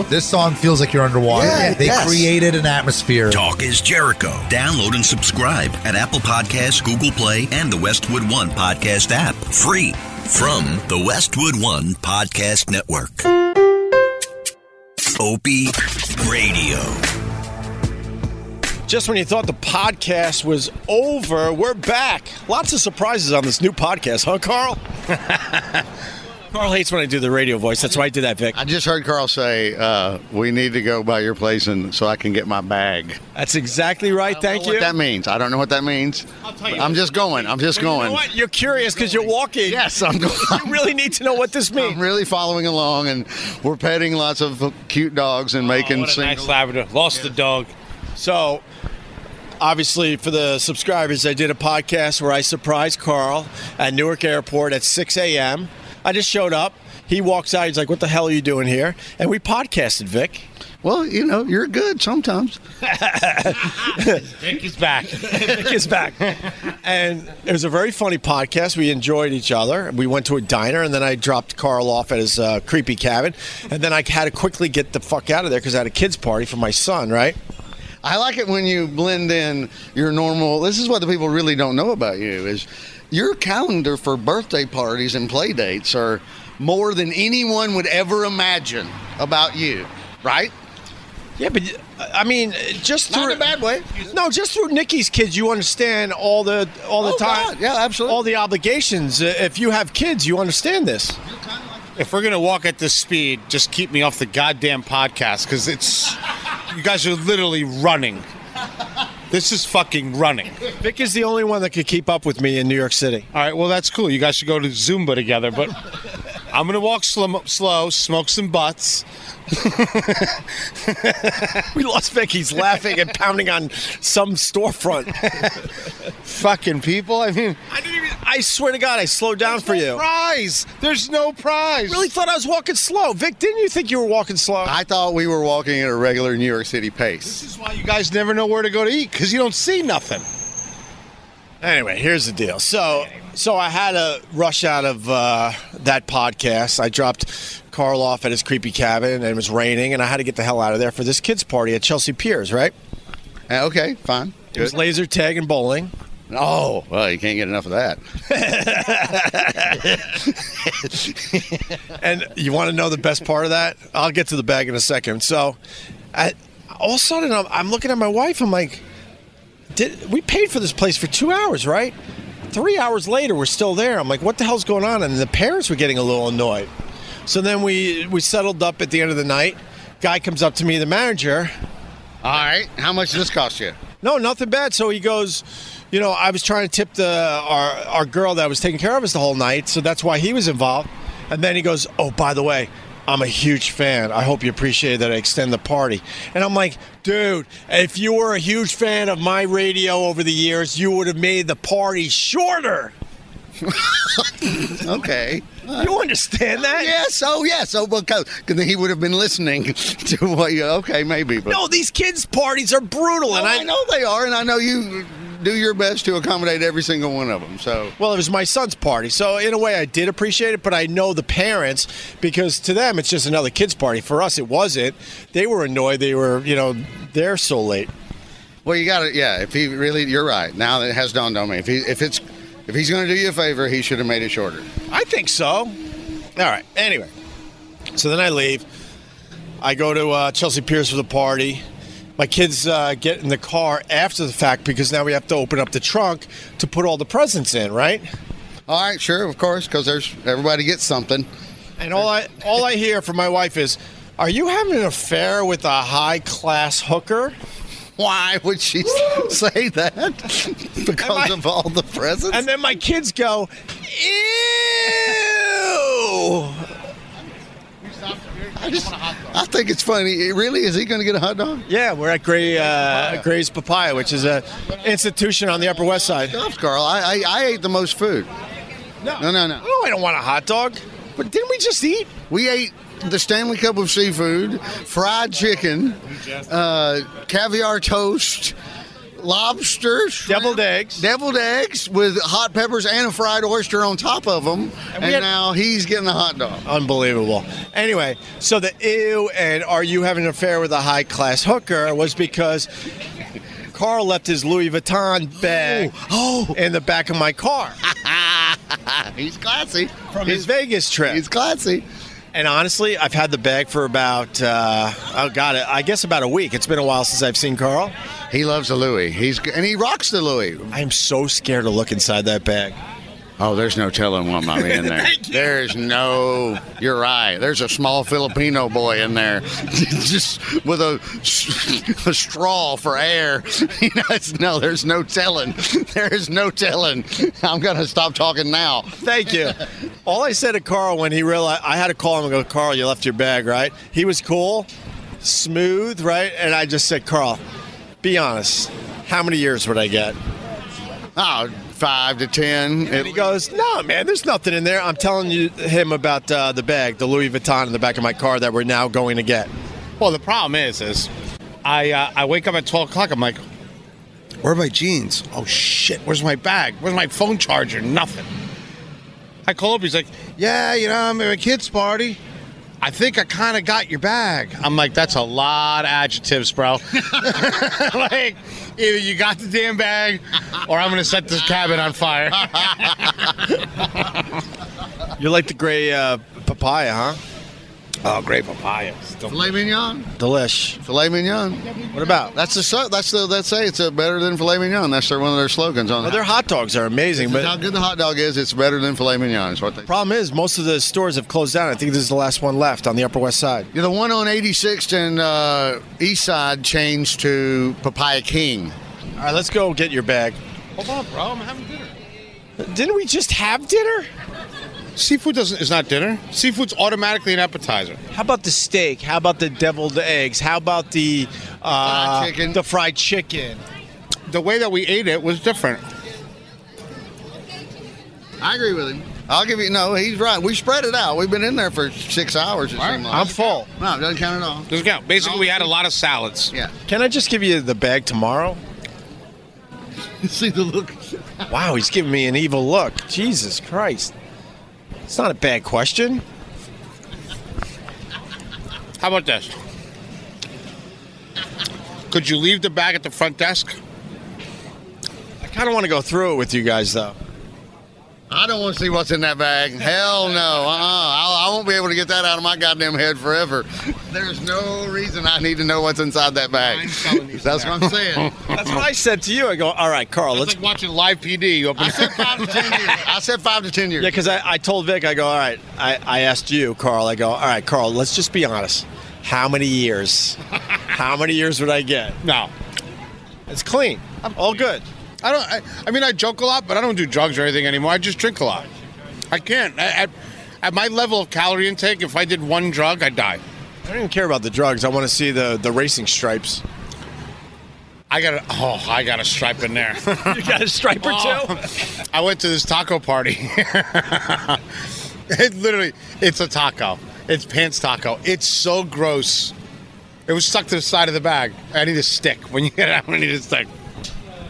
This song feels like you're underwater. Yeah, they yes. created an atmosphere. Talk is Jericho. Download and subscribe at Apple Podcasts, Google Play, and the Westwood One Podcast app. Free from the Westwood One Podcast Network. Opie Radio. Just when you thought the podcast was over, we're back. Lots of surprises on this new podcast, huh, [laughs] Carl? Carl hates when I do the radio voice. That's why I did that, Vic. I just heard Carl say, uh, we need to go by your place and so I can get my bag. That's exactly right. Thank What you. that means. I don't know what that means. tell you. I'm just going. I'm just You know going. what? You're curious because you're walking. Yes, I'm going. You really need to know what this [laughs] I'm means. really following along, and we're petting lots of cute dogs and Oh, making what a nice singles. Labrador. Lost the dog. So, obviously, for the subscribers, I did a podcast where I surprised Carl at Newark Airport at 6 a.m. I just showed up. He walks out. He's like, "What the hell are you doing here?" And we podcasted, Vic. Well, you know, you're good sometimes. Dick is [laughs] back. Nick [laughs] is back. And it was a very funny podcast. We enjoyed each other. We went to a diner, and then I dropped Carl off at his uh, creepy cabin. And then I had to quickly get the fuck out of there because I had a kids' party for my son, right? I like it when you blend in your normal. This is what the people really don't know about you is your calendar for birthday parties and play dates are more than anyone would ever imagine about you, right? Yeah, but uh, I mean, just Not through in a bad way. No, just through Nikki's kids, you understand all the all the Oh, time. God. Yeah, absolutely. All the obligations. Uh, If you have kids, you understand this. If we're gonna walk at this speed, just keep me off the goddamn podcast because it's you guys are literally running. This is fucking running. Vic is the only one that could keep up with me in New York City. All right, well that's cool. You guys should go to Zumba together, but I'm gonna walk slow, slow smoke some butts. We lost Vic. He's laughing and pounding on some storefront. Fucking people. I mean, I didn't even. I swear to God, I slowed down for you. I prize. There's no prize. really thought I was walking slow. Vic, didn't you think you were walking slow? I thought we were walking at a regular New York City pace. This is why you guys never know where to go to eat because you don't see nothing. Anyway, here's the deal. So, so I had a rush out of uh, that podcast. I dropped Carl off at his creepy cabin, and it was raining, and I had to get the hell out of there for this kids' party at Chelsea Piers. Right? Uh, Okay, fine. It was laser tag and bowling. Oh, well, you can't get enough of that. And you want to know the best part of that? I'll get to the bag in a second. So, I, all of a sudden, I'm, I'm looking at my wife. I'm like, "Did we paid for this place for two hours, right? Three hours later, we're still there. I'm like, what the hell's going on? And the parents were getting a little annoyed. So then we we settled up at the end of the night. Guy comes up to me, the manager. All right, how much does this cost you? No, nothing bad. So he goes, You know, I was trying to tip the our our girl that was taking care of us the whole night, so that's why he was involved. And then he goes, "Oh, by the way, I'm a huge fan. I hope you appreciate that I extend the party." And I'm like, "Dude, if you were a huge fan of my radio over the years, you would have made the party shorter. [laughs] Okay. You understand that?" Yes. Oh, yes. Oh, because 'cause then he would have been listening [laughs] to what you. Okay, maybe. But No, these kids' parties are brutal, and I, I know they are, and I know you do your best to accommodate every single one of them. So Well, it was my son's party, so in a way I did appreciate it, but I know the parents because to them it's just another kids' party. For us, it wasn't. They were annoyed. They were, you know, they're so late. Well, you got to yeah. If he really, you're right. Now that it has dawned on me, if he if it's if he's going to do you a favor, he should have made it shorter. I think so. All right. Anyway, so then I leave. I go to uh, Chelsea Pierce for the party. My kids uh, get in the car after the fact because now we have to open up the trunk to put all the presents in, right? All right, sure, of course, because there's everybody gets something. And all I all I hear from my wife is, "Are you having an affair with a high class hooker?" Why would she [laughs] say that? because I- of all the presents. And then my kids go, ew. I just, I think it's funny. It really, is he going to get a hot dog? Yeah, we're at Gray, uh, Gray's Papaya, which is a institution on the Upper West Side. Stuff, Carl. I, I I ate the most food. No, no, no. Oh, I don't want a hot dog. But didn't we just eat? We ate the Stanley Cup of seafood, fried chicken, uh, caviar toast, lobster, shrimp, Deviled eggs. deviled eggs with hot peppers and a fried oyster on top of them. And, had- now he's getting a hot dog. [laughs] Unbelievable. Anyway, so the ew and are you having an affair with a high class hooker was because Carl left his Louis Vuitton bag in the back of my car He's classy. from his he's, Vegas trip. he's classy. And honestly, I've had the bag for about uh, oh god, I guess about a week. It's been a while since I've seen Carl. He loves the Louis. He's and he rocks the Louis. I am so scared to look inside that bag. Oh, there's no telling what might be in there. There's no. You're right. There's a small Filipino boy in there, [laughs] just with a, [laughs] a straw for air. [laughs] You know, it's, no, there's no telling. [laughs] There's no telling. I'm gonna stop talking now. Thank you. All I said to Carl when he realized I had to call him and go, Carl, you left your bag, right? He was cool, smooth, right? And I just said, Carl, be honest. How many years would I get? Oh, five to ten. And he goes, No, man, there's nothing in there. I'm telling you him about uh, the bag, the Louis Vuitton in the back of my car that we're now going to get. Well, the problem is, is I uh, I wake up at twelve o'clock. I'm like, where are my jeans? Oh shit! Where's my bag? Where's my phone charger? Nothing. I call up. He's like, yeah, you know, I'm at a kids' party. I think I kind of got your bag. I'm like, that's a lot of adjectives, bro. [laughs] like, either you got the damn bag, or I'm gonna set this cabin on fire. You're like the gray uh, papaya, huh? oh, great papaya. Still- filet mignon. Delish. Filet mignon. What about? That's the so- that's the that's say it's a better than filet mignon. That's their one of their slogans on. Well, their hot dogs are amazing, how but good the hot dog is, it's better than filet mignon. Is what they. problem is most of the stores have closed down. I think this is the last one left on the Upper West Side. Yeah, the one on 86th and uh, East Side changed to Papaya King. All right, let's go get your bag. Hold on, bro. I'm having dinner. Didn't we just have dinner? Seafood doesn't is not dinner. Seafood's automatically an appetizer. How about the steak? How about the deviled eggs? How about the uh, Fried chicken. The fried chicken. The way that we ate it was different. I agree with him. I'll give you no. He's right. We spread it out. We've been in there for six hours. It seemed like. I'm full. no, it doesn't count at all. Doesn't count. Basically, we had a lot of salads. Yeah. Can I just give you the bag tomorrow? [laughs] See the look. Wow, he's giving me an evil look. Jesus Christ. It's not a bad question. How about this? Could you leave the bag at the front desk? I kind of want to go through it with you guys, though. I don't want to see what's in that bag. Hell no. Uh-uh. I'll, I won't be able to get that out of my goddamn head forever. There's no reason I need to know what's inside that bag. That's what I'm [laughs] saying. That's what I said to you. I go, all right, Carl, It's let's. like watching live PD. You open I said five to ten years. I said five to ten years. Yeah, because I, I told Vic, I go, all right, I, I asked you, Carl, I go, all right, Carl, let's just be honest. How many years? How many years would I get? no. It's clean. All good. I don't. I, I mean, I joke a lot, but I don't do drugs or anything anymore. I just drink a lot. I can't. I, at, at my level of calorie intake, if I did one drug, I'd die. I don't even care about the drugs. I want to see the, the racing stripes. I got a oh, I got a stripe in there. [laughs] Oh, You got a stripe or two? I went to this taco party. [laughs] it literally, it's a taco. It's pants taco. It's so gross. It was stuck to the side of the bag. I need a stick. When you get it out, I need a stick.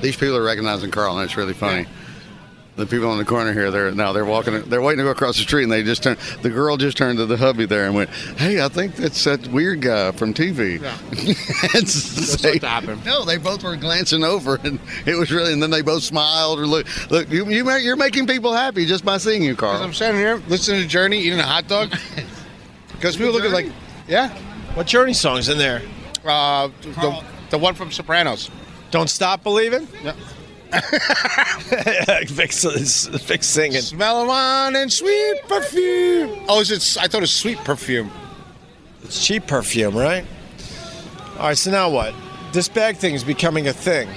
These people are recognizing Carl, and it's really funny. The people on the corner here, they're now they're walking, they're waiting to go across the street, and they just turned. The girl just turned to the hubby there and went, "Hey, I think that's that weird guy from TV." [laughs] that's what happened. No, they both were glancing over, and it was really. And then they both smiled or look, look. You, you ma- you're making people happy just by seeing you, Carl. I'm sitting here listening to Journey eating a [laughs] hot dog. Because people look at like, yeah, What Journey song's in there? uh, the, the one from Sopranos. Don't Stop Believing? [laughs] No. Vic's, Vic's singing. Smell of wine and sweet perfume. Oh, is it? I thought it was sweet perfume. It's cheap perfume, right? All right, so now what? This bag thing is becoming a thing.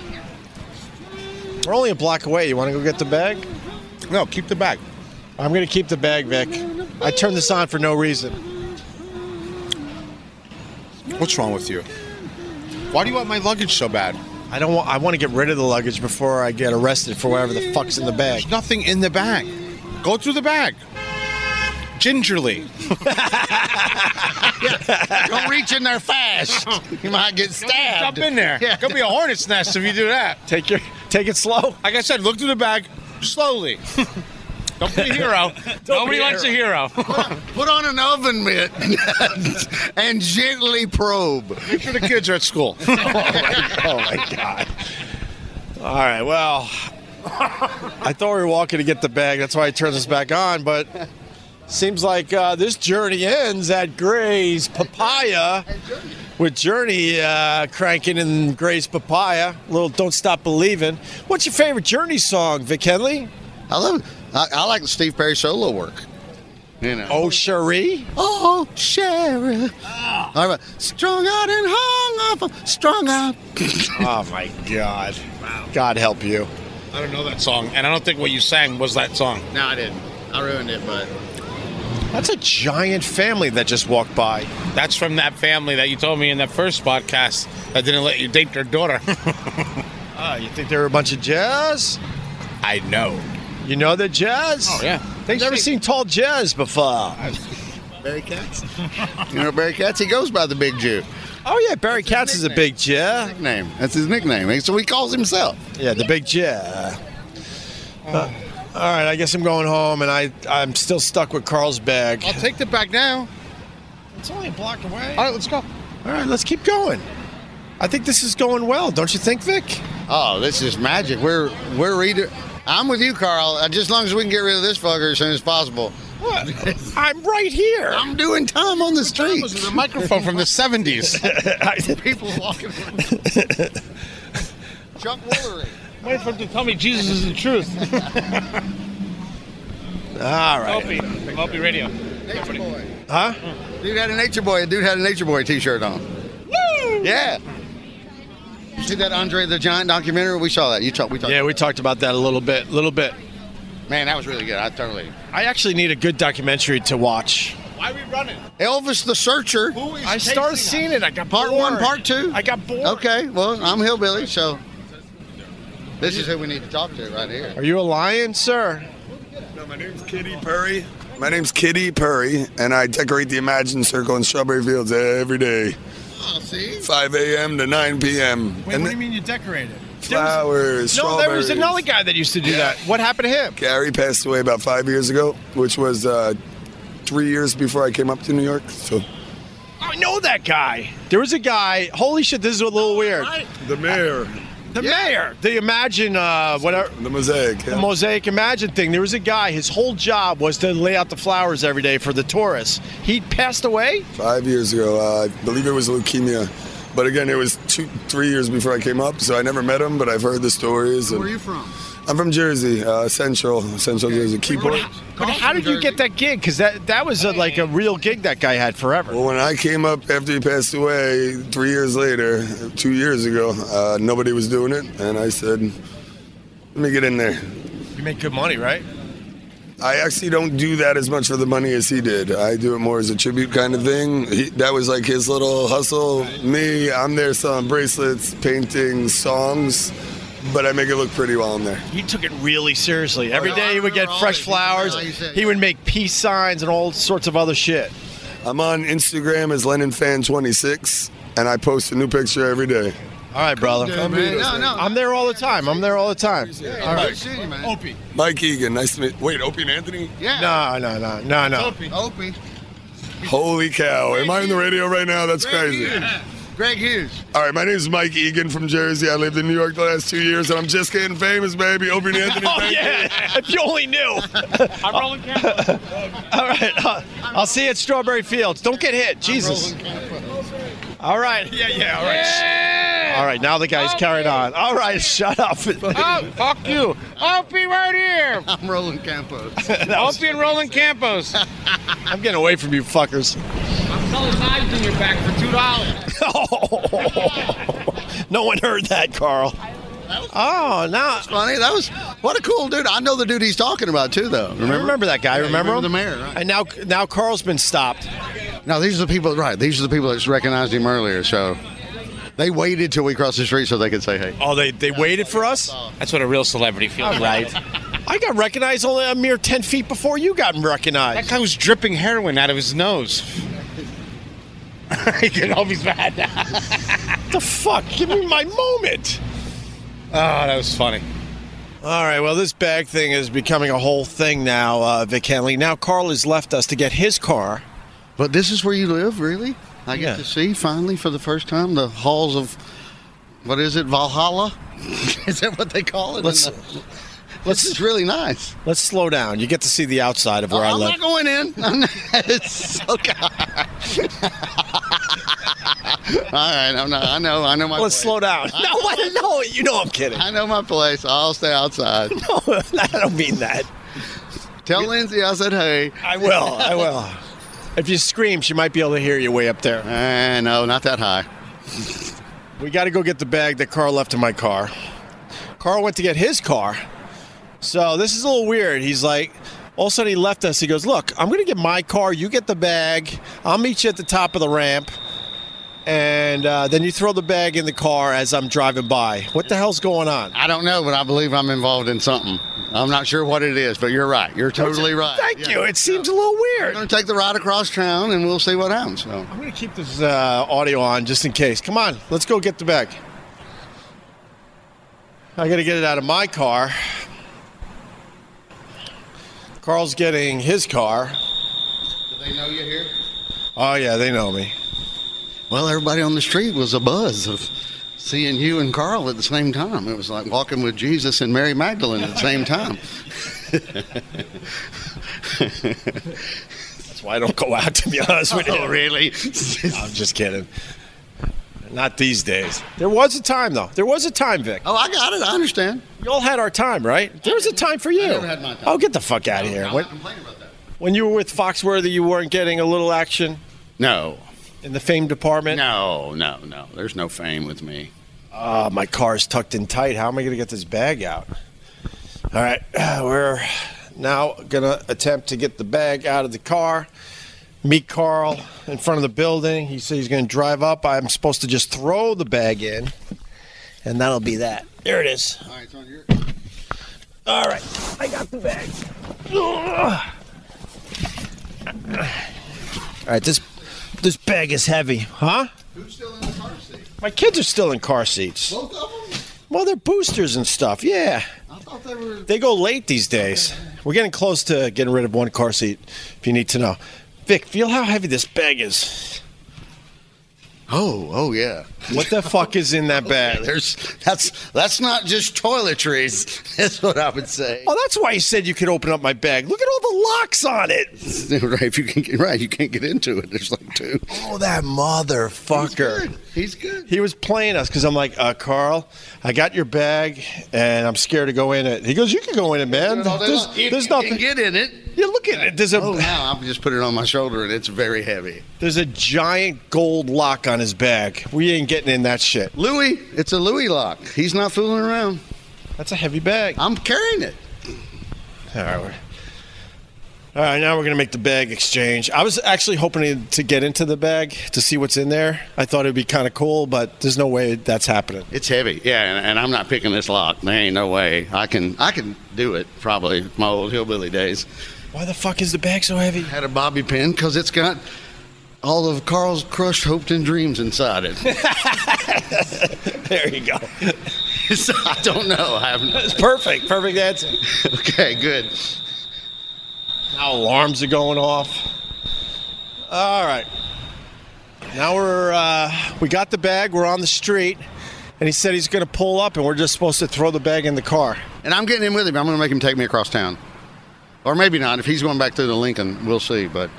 We're only a block away. You want to go get the bag? No, keep the bag. I'm going to keep the bag, Vic. I turned this on for no reason. What's wrong with you? Why do you want my luggage so bad? I don't want I want to get rid of the luggage before I get arrested for whatever the fuck's in the bag. There's nothing in the bag. Go through the bag. Gingerly. Don't reach in there [laughs] fast. [laughs] You might get stabbed. Jump in there. Yeah. Could be a hornet's nest if you do that. Take your take it slow. Like I said, look through the bag [laughs] slowly. Don't be a hero. Nobody likes a hero. Put on an oven mitt [laughs] and gently probe. Make sure the kids are at [laughs] school. Oh my god. All right, well, [laughs] I thought we were walking to get the bag. That's why I turned this back on, but seems like uh, this journey ends at Gray's Papaya with Journey uh, cranking in Gray's Papaya. Little Don't Stop Believing. What's your favorite Journey song, Vic Henley? I love. I, I like the Steve Perry solo work. You know. Oh, Cherie? Oh, Sherry. All right. Strung out and hung up. Strung out. Oh my god. God help you. Mm. I don't know that song, and I don't think what you sang was that song. No, I didn't. I ruined it, but. That's a giant family that just walked by. That's from that family that you told me in that first podcast that didn't let you date their daughter. [laughs] Uh, you think they're a bunch of jazz? I know. You know the jazz? Oh, yeah. They've never seen tall jazz before. Barry Katz. [laughs] you know Barry Katz? He goes by the Big Jew. Oh yeah, Barry Katz is a big jazz. Name. That's his nickname. So he calls himself. Yeah, the big jazz. Uh, all right, I guess I'm going home, and I I'm still stuck with Carl's bag. I'll take the bag now. It's only a block away. All right, let's go. All right, let's keep going. I think this is going well, don't you think, Vic? Oh, this is magic. We're we're reader. I'm with you, Carl. Uh, Just as long as we can get rid of this fucker as soon as possible. What? I'm right here. I'm doing time on the street. This is a microphone from the [laughs] 70s. [laughs] People [laughs] walking. around. Chuck Woolery. Wait for him to tell me Jesus is the truth. All right. Opie, Opie Radio. Nature Boy. Huh? Dude had a Nature Boy. Dude had a Nature Boy T-shirt on. Yeah. You see that Andre the Giant documentary? We saw that. You talked. We talked. Yeah, we talked about that a little bit. little bit. Man, that was really good. I totally. I actually need a good documentary to watch. Why are we running? Elvis the Searcher. Who is I started seeing it. I got Part bored. one, part two? I got bored. Okay. Well, I'm hillbilly, so this is who we need to talk to right here. Are you a lion, sir? My name's Kitty Perry. My name's Kitty Perry, and I decorate the Imagine Circle in Strawberry Fields every day, Oh, see. 5 a.m. to 9 p.m. and mean you decorated? flowers, No, there was strawberries. another guy that used to do that. What happened to him? Gary passed away about five years ago, which was uh, three years before I came up to New York. So I know that guy. There was a guy. Holy shit, this is a little weird. the mayor, The mayor, the Imagine, uh, whatever, the mosaic. the yeah. mosaic Imagine thing. There was a guy. His whole job was to lay out the flowers every day for the tourists. He passed away. five years ago. Uh, I believe it was leukemia. But again, it was two, three years before I came up, so I never met him, but I've heard the stories. And Where are you from? I'm from Jersey, uh, Central, Central Jersey, Keyport. But how did you get that gig? Because that that was a, like a real gig that guy had forever. Well, when I came up after he passed away three years later, two years ago, uh, nobody was doing it, and I said, Let me get in there. You make good money, right? I actually don't do that as much for the money as he did. I do it more as a tribute kind of thing. He, that was like his little hustle. Me, I'm there selling bracelets, paintings, songs, but I make it look pretty while I'm there. He took it really seriously. Every yeah. day he would get All fresh these- flowers. all these things. He would make peace signs and all sorts of other shit. I'm on Instagram as LennonFan26, and I post a new picture every day. All right, brother. Dude, man. No, no. I'm there all the time. I'm there all the time. Hey, All nice right. Oh, seeing you, man. Opie. Mike Egan, nice to meet. Wait, Opie and Anthony? Yeah. No, no, no, no, no. Opie. Holy cow! Am I on the radio right now? That's crazy. Hughes. Greg Hughes. All right, my name is Mike Egan from Jersey. I lived in New York the last two years, and I'm just getting famous, baby. Opie and Anthony. Oh thank you. yeah! [laughs] If you only knew. [laughs] I'm rolling camera. All right, uh, I'll see you at Strawberry Fields. Don't get hit, Jesus. All right. Yeah, yeah. All right. All right. Now the guy's carrying on. All right. Shut up. Oh, fuck you. Opie right here. I'm Roland Campos. Opie and Roland [laughs] Campos. I'm getting away from you, fuckers. [laughs] I'm selling knives in your back for two dollars. no one heard that, Carl. Oh, now Funny, that was what a cool dude. I know the dude he's talking about too, though. I Remember? remember that guy. Yeah, you remember, remember him? the mayor, right. And now, now Carl's been stopped. No, these are the people. Right, these are the people that recognized him earlier. So they waited till we crossed the street so they could say hey. Oh, they they waited for us. That's what a real celebrity feels Right. I got recognized only a mere ten feet before you got That recognized. guy was dripping heroin out of his [laughs] nose. I can hope he's bad. oh, What the fuck? Give me my moment. Oh, that was funny. All right. Well, this bag thing is becoming a whole thing now, uh, Vic Henley. Now Carl has left us to get his car. But this is where you live, really? I get Yeah. to see finally for the first time the halls of what is it, Valhalla? [laughs] is that what they call it? Let's- In this is really nice. Let's slow down. You get to see the outside of where I I'm live. not going in. [laughs] I'm not- it's [laughs] okay. All [laughs] right, I'm not. I know. I know my. Let's place. slow down. No, I no, you know I'm kidding. I know my place. I'll stay outside. No, [laughs] I don't mean that. Tell Lindsay I said hey. I will. I will. If you scream, she might be able to hear you way up there. Eh, no, not that high. We got to go get the bag that Carl left in my car. Carl went to get his car. So this is a little weird. He's like, all of a sudden he left us. He goes, Look, I'm going to get my car. You get the bag. I'll meet you at the top of the ramp. And uh, then you throw the bag in the car as I'm driving by. What the hell's going on? I don't know, but I believe I'm involved in something. I'm not sure what it is, but you're right. You're totally right. Thank Yeah. you. It seems a little I'm weird. gonna take the ride across town, and we'll see what happens. So. I'm going to keep this uh, audio on just in case. Come on, let's go get the bag. I got to get it out of my car. Carl's getting his car. Do they know you're here? Oh yeah, they know me. Well, everybody on the street was a buzz of seeing you and Carl at the same time. It was like walking with Jesus and Mary Magdalene at the same [laughs] time. That's why I don't go out [laughs] to be honest with you. [laughs] really? I'm just kidding. Not these days. There was a time though. There was a time, Vic. oh, I got it. I understand. You all had our time, right? There was a time for you. never had my time. Oh, get the fuck out of here. When, complaining about that. when you were with Foxworthy, you weren't getting a little action No, in the fame department. no, no, no. There's no fame with me. Oh, my car is tucked in tight. How am I going to get this bag out? All right, [sighs] we're now going to attempt to get the bag out of the car. Meet Carl in front of the building. He said he's going to drive up. I'm supposed to just throw the bag in, and that'll be that. There it is. All right, it's on your. All right, I got the bag. All right, this this bag is heavy, huh? Who's still in the car seat? My kids are still in car seats. Both of them? Well, they're boosters and stuff. Yeah. I thought they were. They go late these days. We're getting close to getting rid of one car seat, if you need to know. Vic, feel how heavy this bag is. Oh, oh yeah. What the fuck is in that Yeah, [laughs] bag? there's that's that's not just toiletries. [laughs] That's what I would say. Oh, that's why you said you could open up my bag. Look at all the locks on it. [laughs] right, if you can get right, you can't get into it. There's like two. Oh, that motherfucker. He's good. He was playing us because I'm like, uh, Carl, I got your bag and I'm scared to go in it. He goes, You can go in it, man. There's, there's nothing. Get in it. Yeah, look at it. There's a, Oh, now I've just put it on my shoulder and it's very heavy. there's a giant gold lock on his bag. We ain't getting in that shit. Louis, it's a Louis lock. He's not fooling around. That's a heavy bag. I'm carrying it. All right, we're- all right, now we're gonna make the bag exchange. I was actually hoping to- to get into the bag to see what's in there. I thought it'd be kind of cool, but there's no way that's happening. It's heavy, yeah, and, and I'm not picking this lock. There ain't no way I can. I can do it. Probably my old hillbilly days. Why the fuck is the bag so heavy? Had a bobby pin because it's got all of Carl's crushed hopes and dreams inside it. [laughs] There you go. [laughs] so I don't know. I haven't. It's perfect. Perfect answer. [laughs] Okay, good. Now alarms are going off. All right. Now we're uh, we got the bag. We're on the street, and he said he's going to pull up, and we're just supposed to throw the bag in the car. And I'm getting him with him. I'm going to make him take me across town, or maybe not. If he's going back through the Lincoln, we'll see. But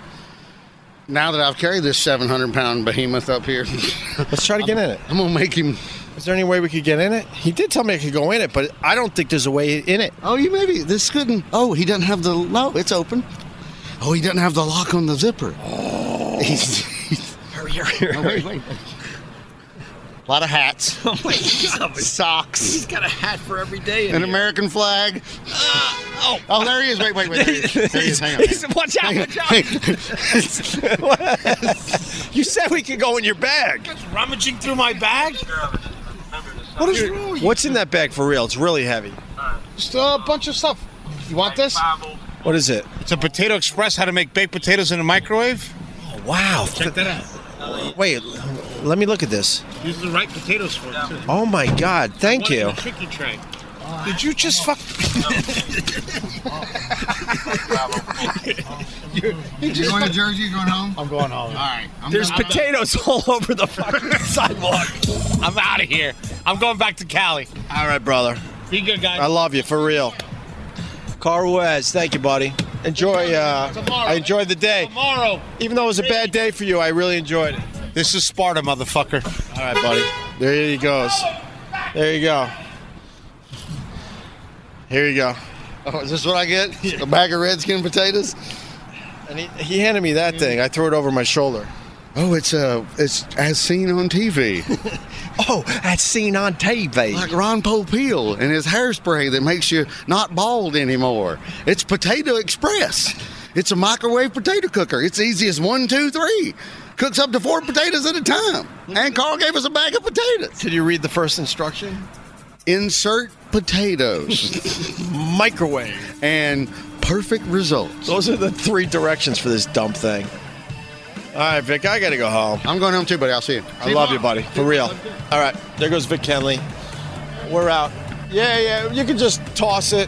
now that I've carried this 700 pound behemoth up here, [laughs] Let's try to get in it. I'm going to make him. Is there any way we could get in it? He did tell me I could go in it, but I don't think there's a way in it. Oh, you maybe this couldn't. Oh, he doesn't have the. No, it's open. Oh, he doesn't have the lock on the zipper. He's, Oh. hurry, hurry, hurry. wait, wait. A lot of hats. [laughs] Oh my God. Socks. He's got a hat for every day. An American flag. oh. oh, there he is. Wait, wait, wait. There he is. There he is. Hang on. [laughs] watch out! Watch out! [laughs] you said we could go in your bag. rummaging through my bag? What is wrong? What's in that bag for real? It's really heavy. Just a bunch of stuff. You want this? What is it? It's a potato express. How to make baked potatoes in a microwave? Wow. Check that out. Wait, let me look at this. Use the right potatoes for it. Too. Oh my God! Thank One in you. the Tricky tray. Did you just fuck? You going to Jersey? You going home? I'm going home. All right. I'm There's done. [laughs] potatoes all over the [laughs] fucking sidewalk. I'm out of here. I'm going back to Cali. All right, brother. Be good, guys. I love you for real. Carl Wes, thank you, buddy. Enjoy. Uh, Tomorrow. I enjoyed the day. Tomorrow. Even though it was a bad day for you, I really enjoyed it. This is Sparta, motherfucker. All right, buddy. There he goes. There you go. Here you go. Oh, is this what I get? A bag of red skin potatoes? And he, he handed me that thing. I threw it over my shoulder. Oh, it's uh, it's as seen on TV, Oh, that's seen on TV. like Ron Popeil and his hairspray that makes you not bald anymore. It's Potato Express. It's a microwave potato cooker. It's easy as one, two, three. Cooks up to four potatoes at a time. And Carl gave us a bag of potatoes. Did you read the first instruction? Insert potatoes [laughs] Microwave. and perfect results. Those are the three directions for this dumb thing. All right, Vic, I gotta go home. I'm going home too, buddy. I'll see you. I love you, buddy. For real. All right. There goes Vic Kenley. We're out. Yeah, yeah. You can just toss it.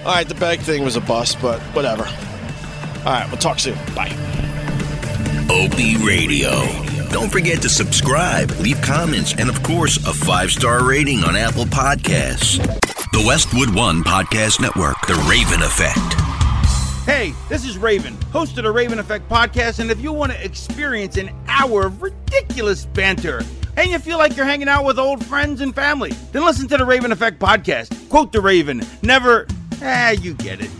All right. The bag thing was a bust, but whatever. All right. We'll talk soon. Bye. OP Radio. Don't forget to subscribe, leave comments, and of course, a five star rating on Apple Podcasts. The Westwood One Podcast Network, The Raven Effect. Hey, this is Raven, host of the Raven Effect podcast, and if you want to experience an hour of ridiculous banter and you feel like you're hanging out with old friends and family, then listen to the Raven Effect podcast. Quote the Raven, never, ah, you get it.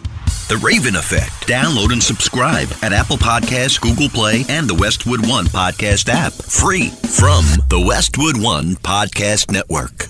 The Raven Effect. Download and subscribe at Apple Podcasts, Google Play, and the Westwood One Podcast app. Free from the Westwood One Podcast Network.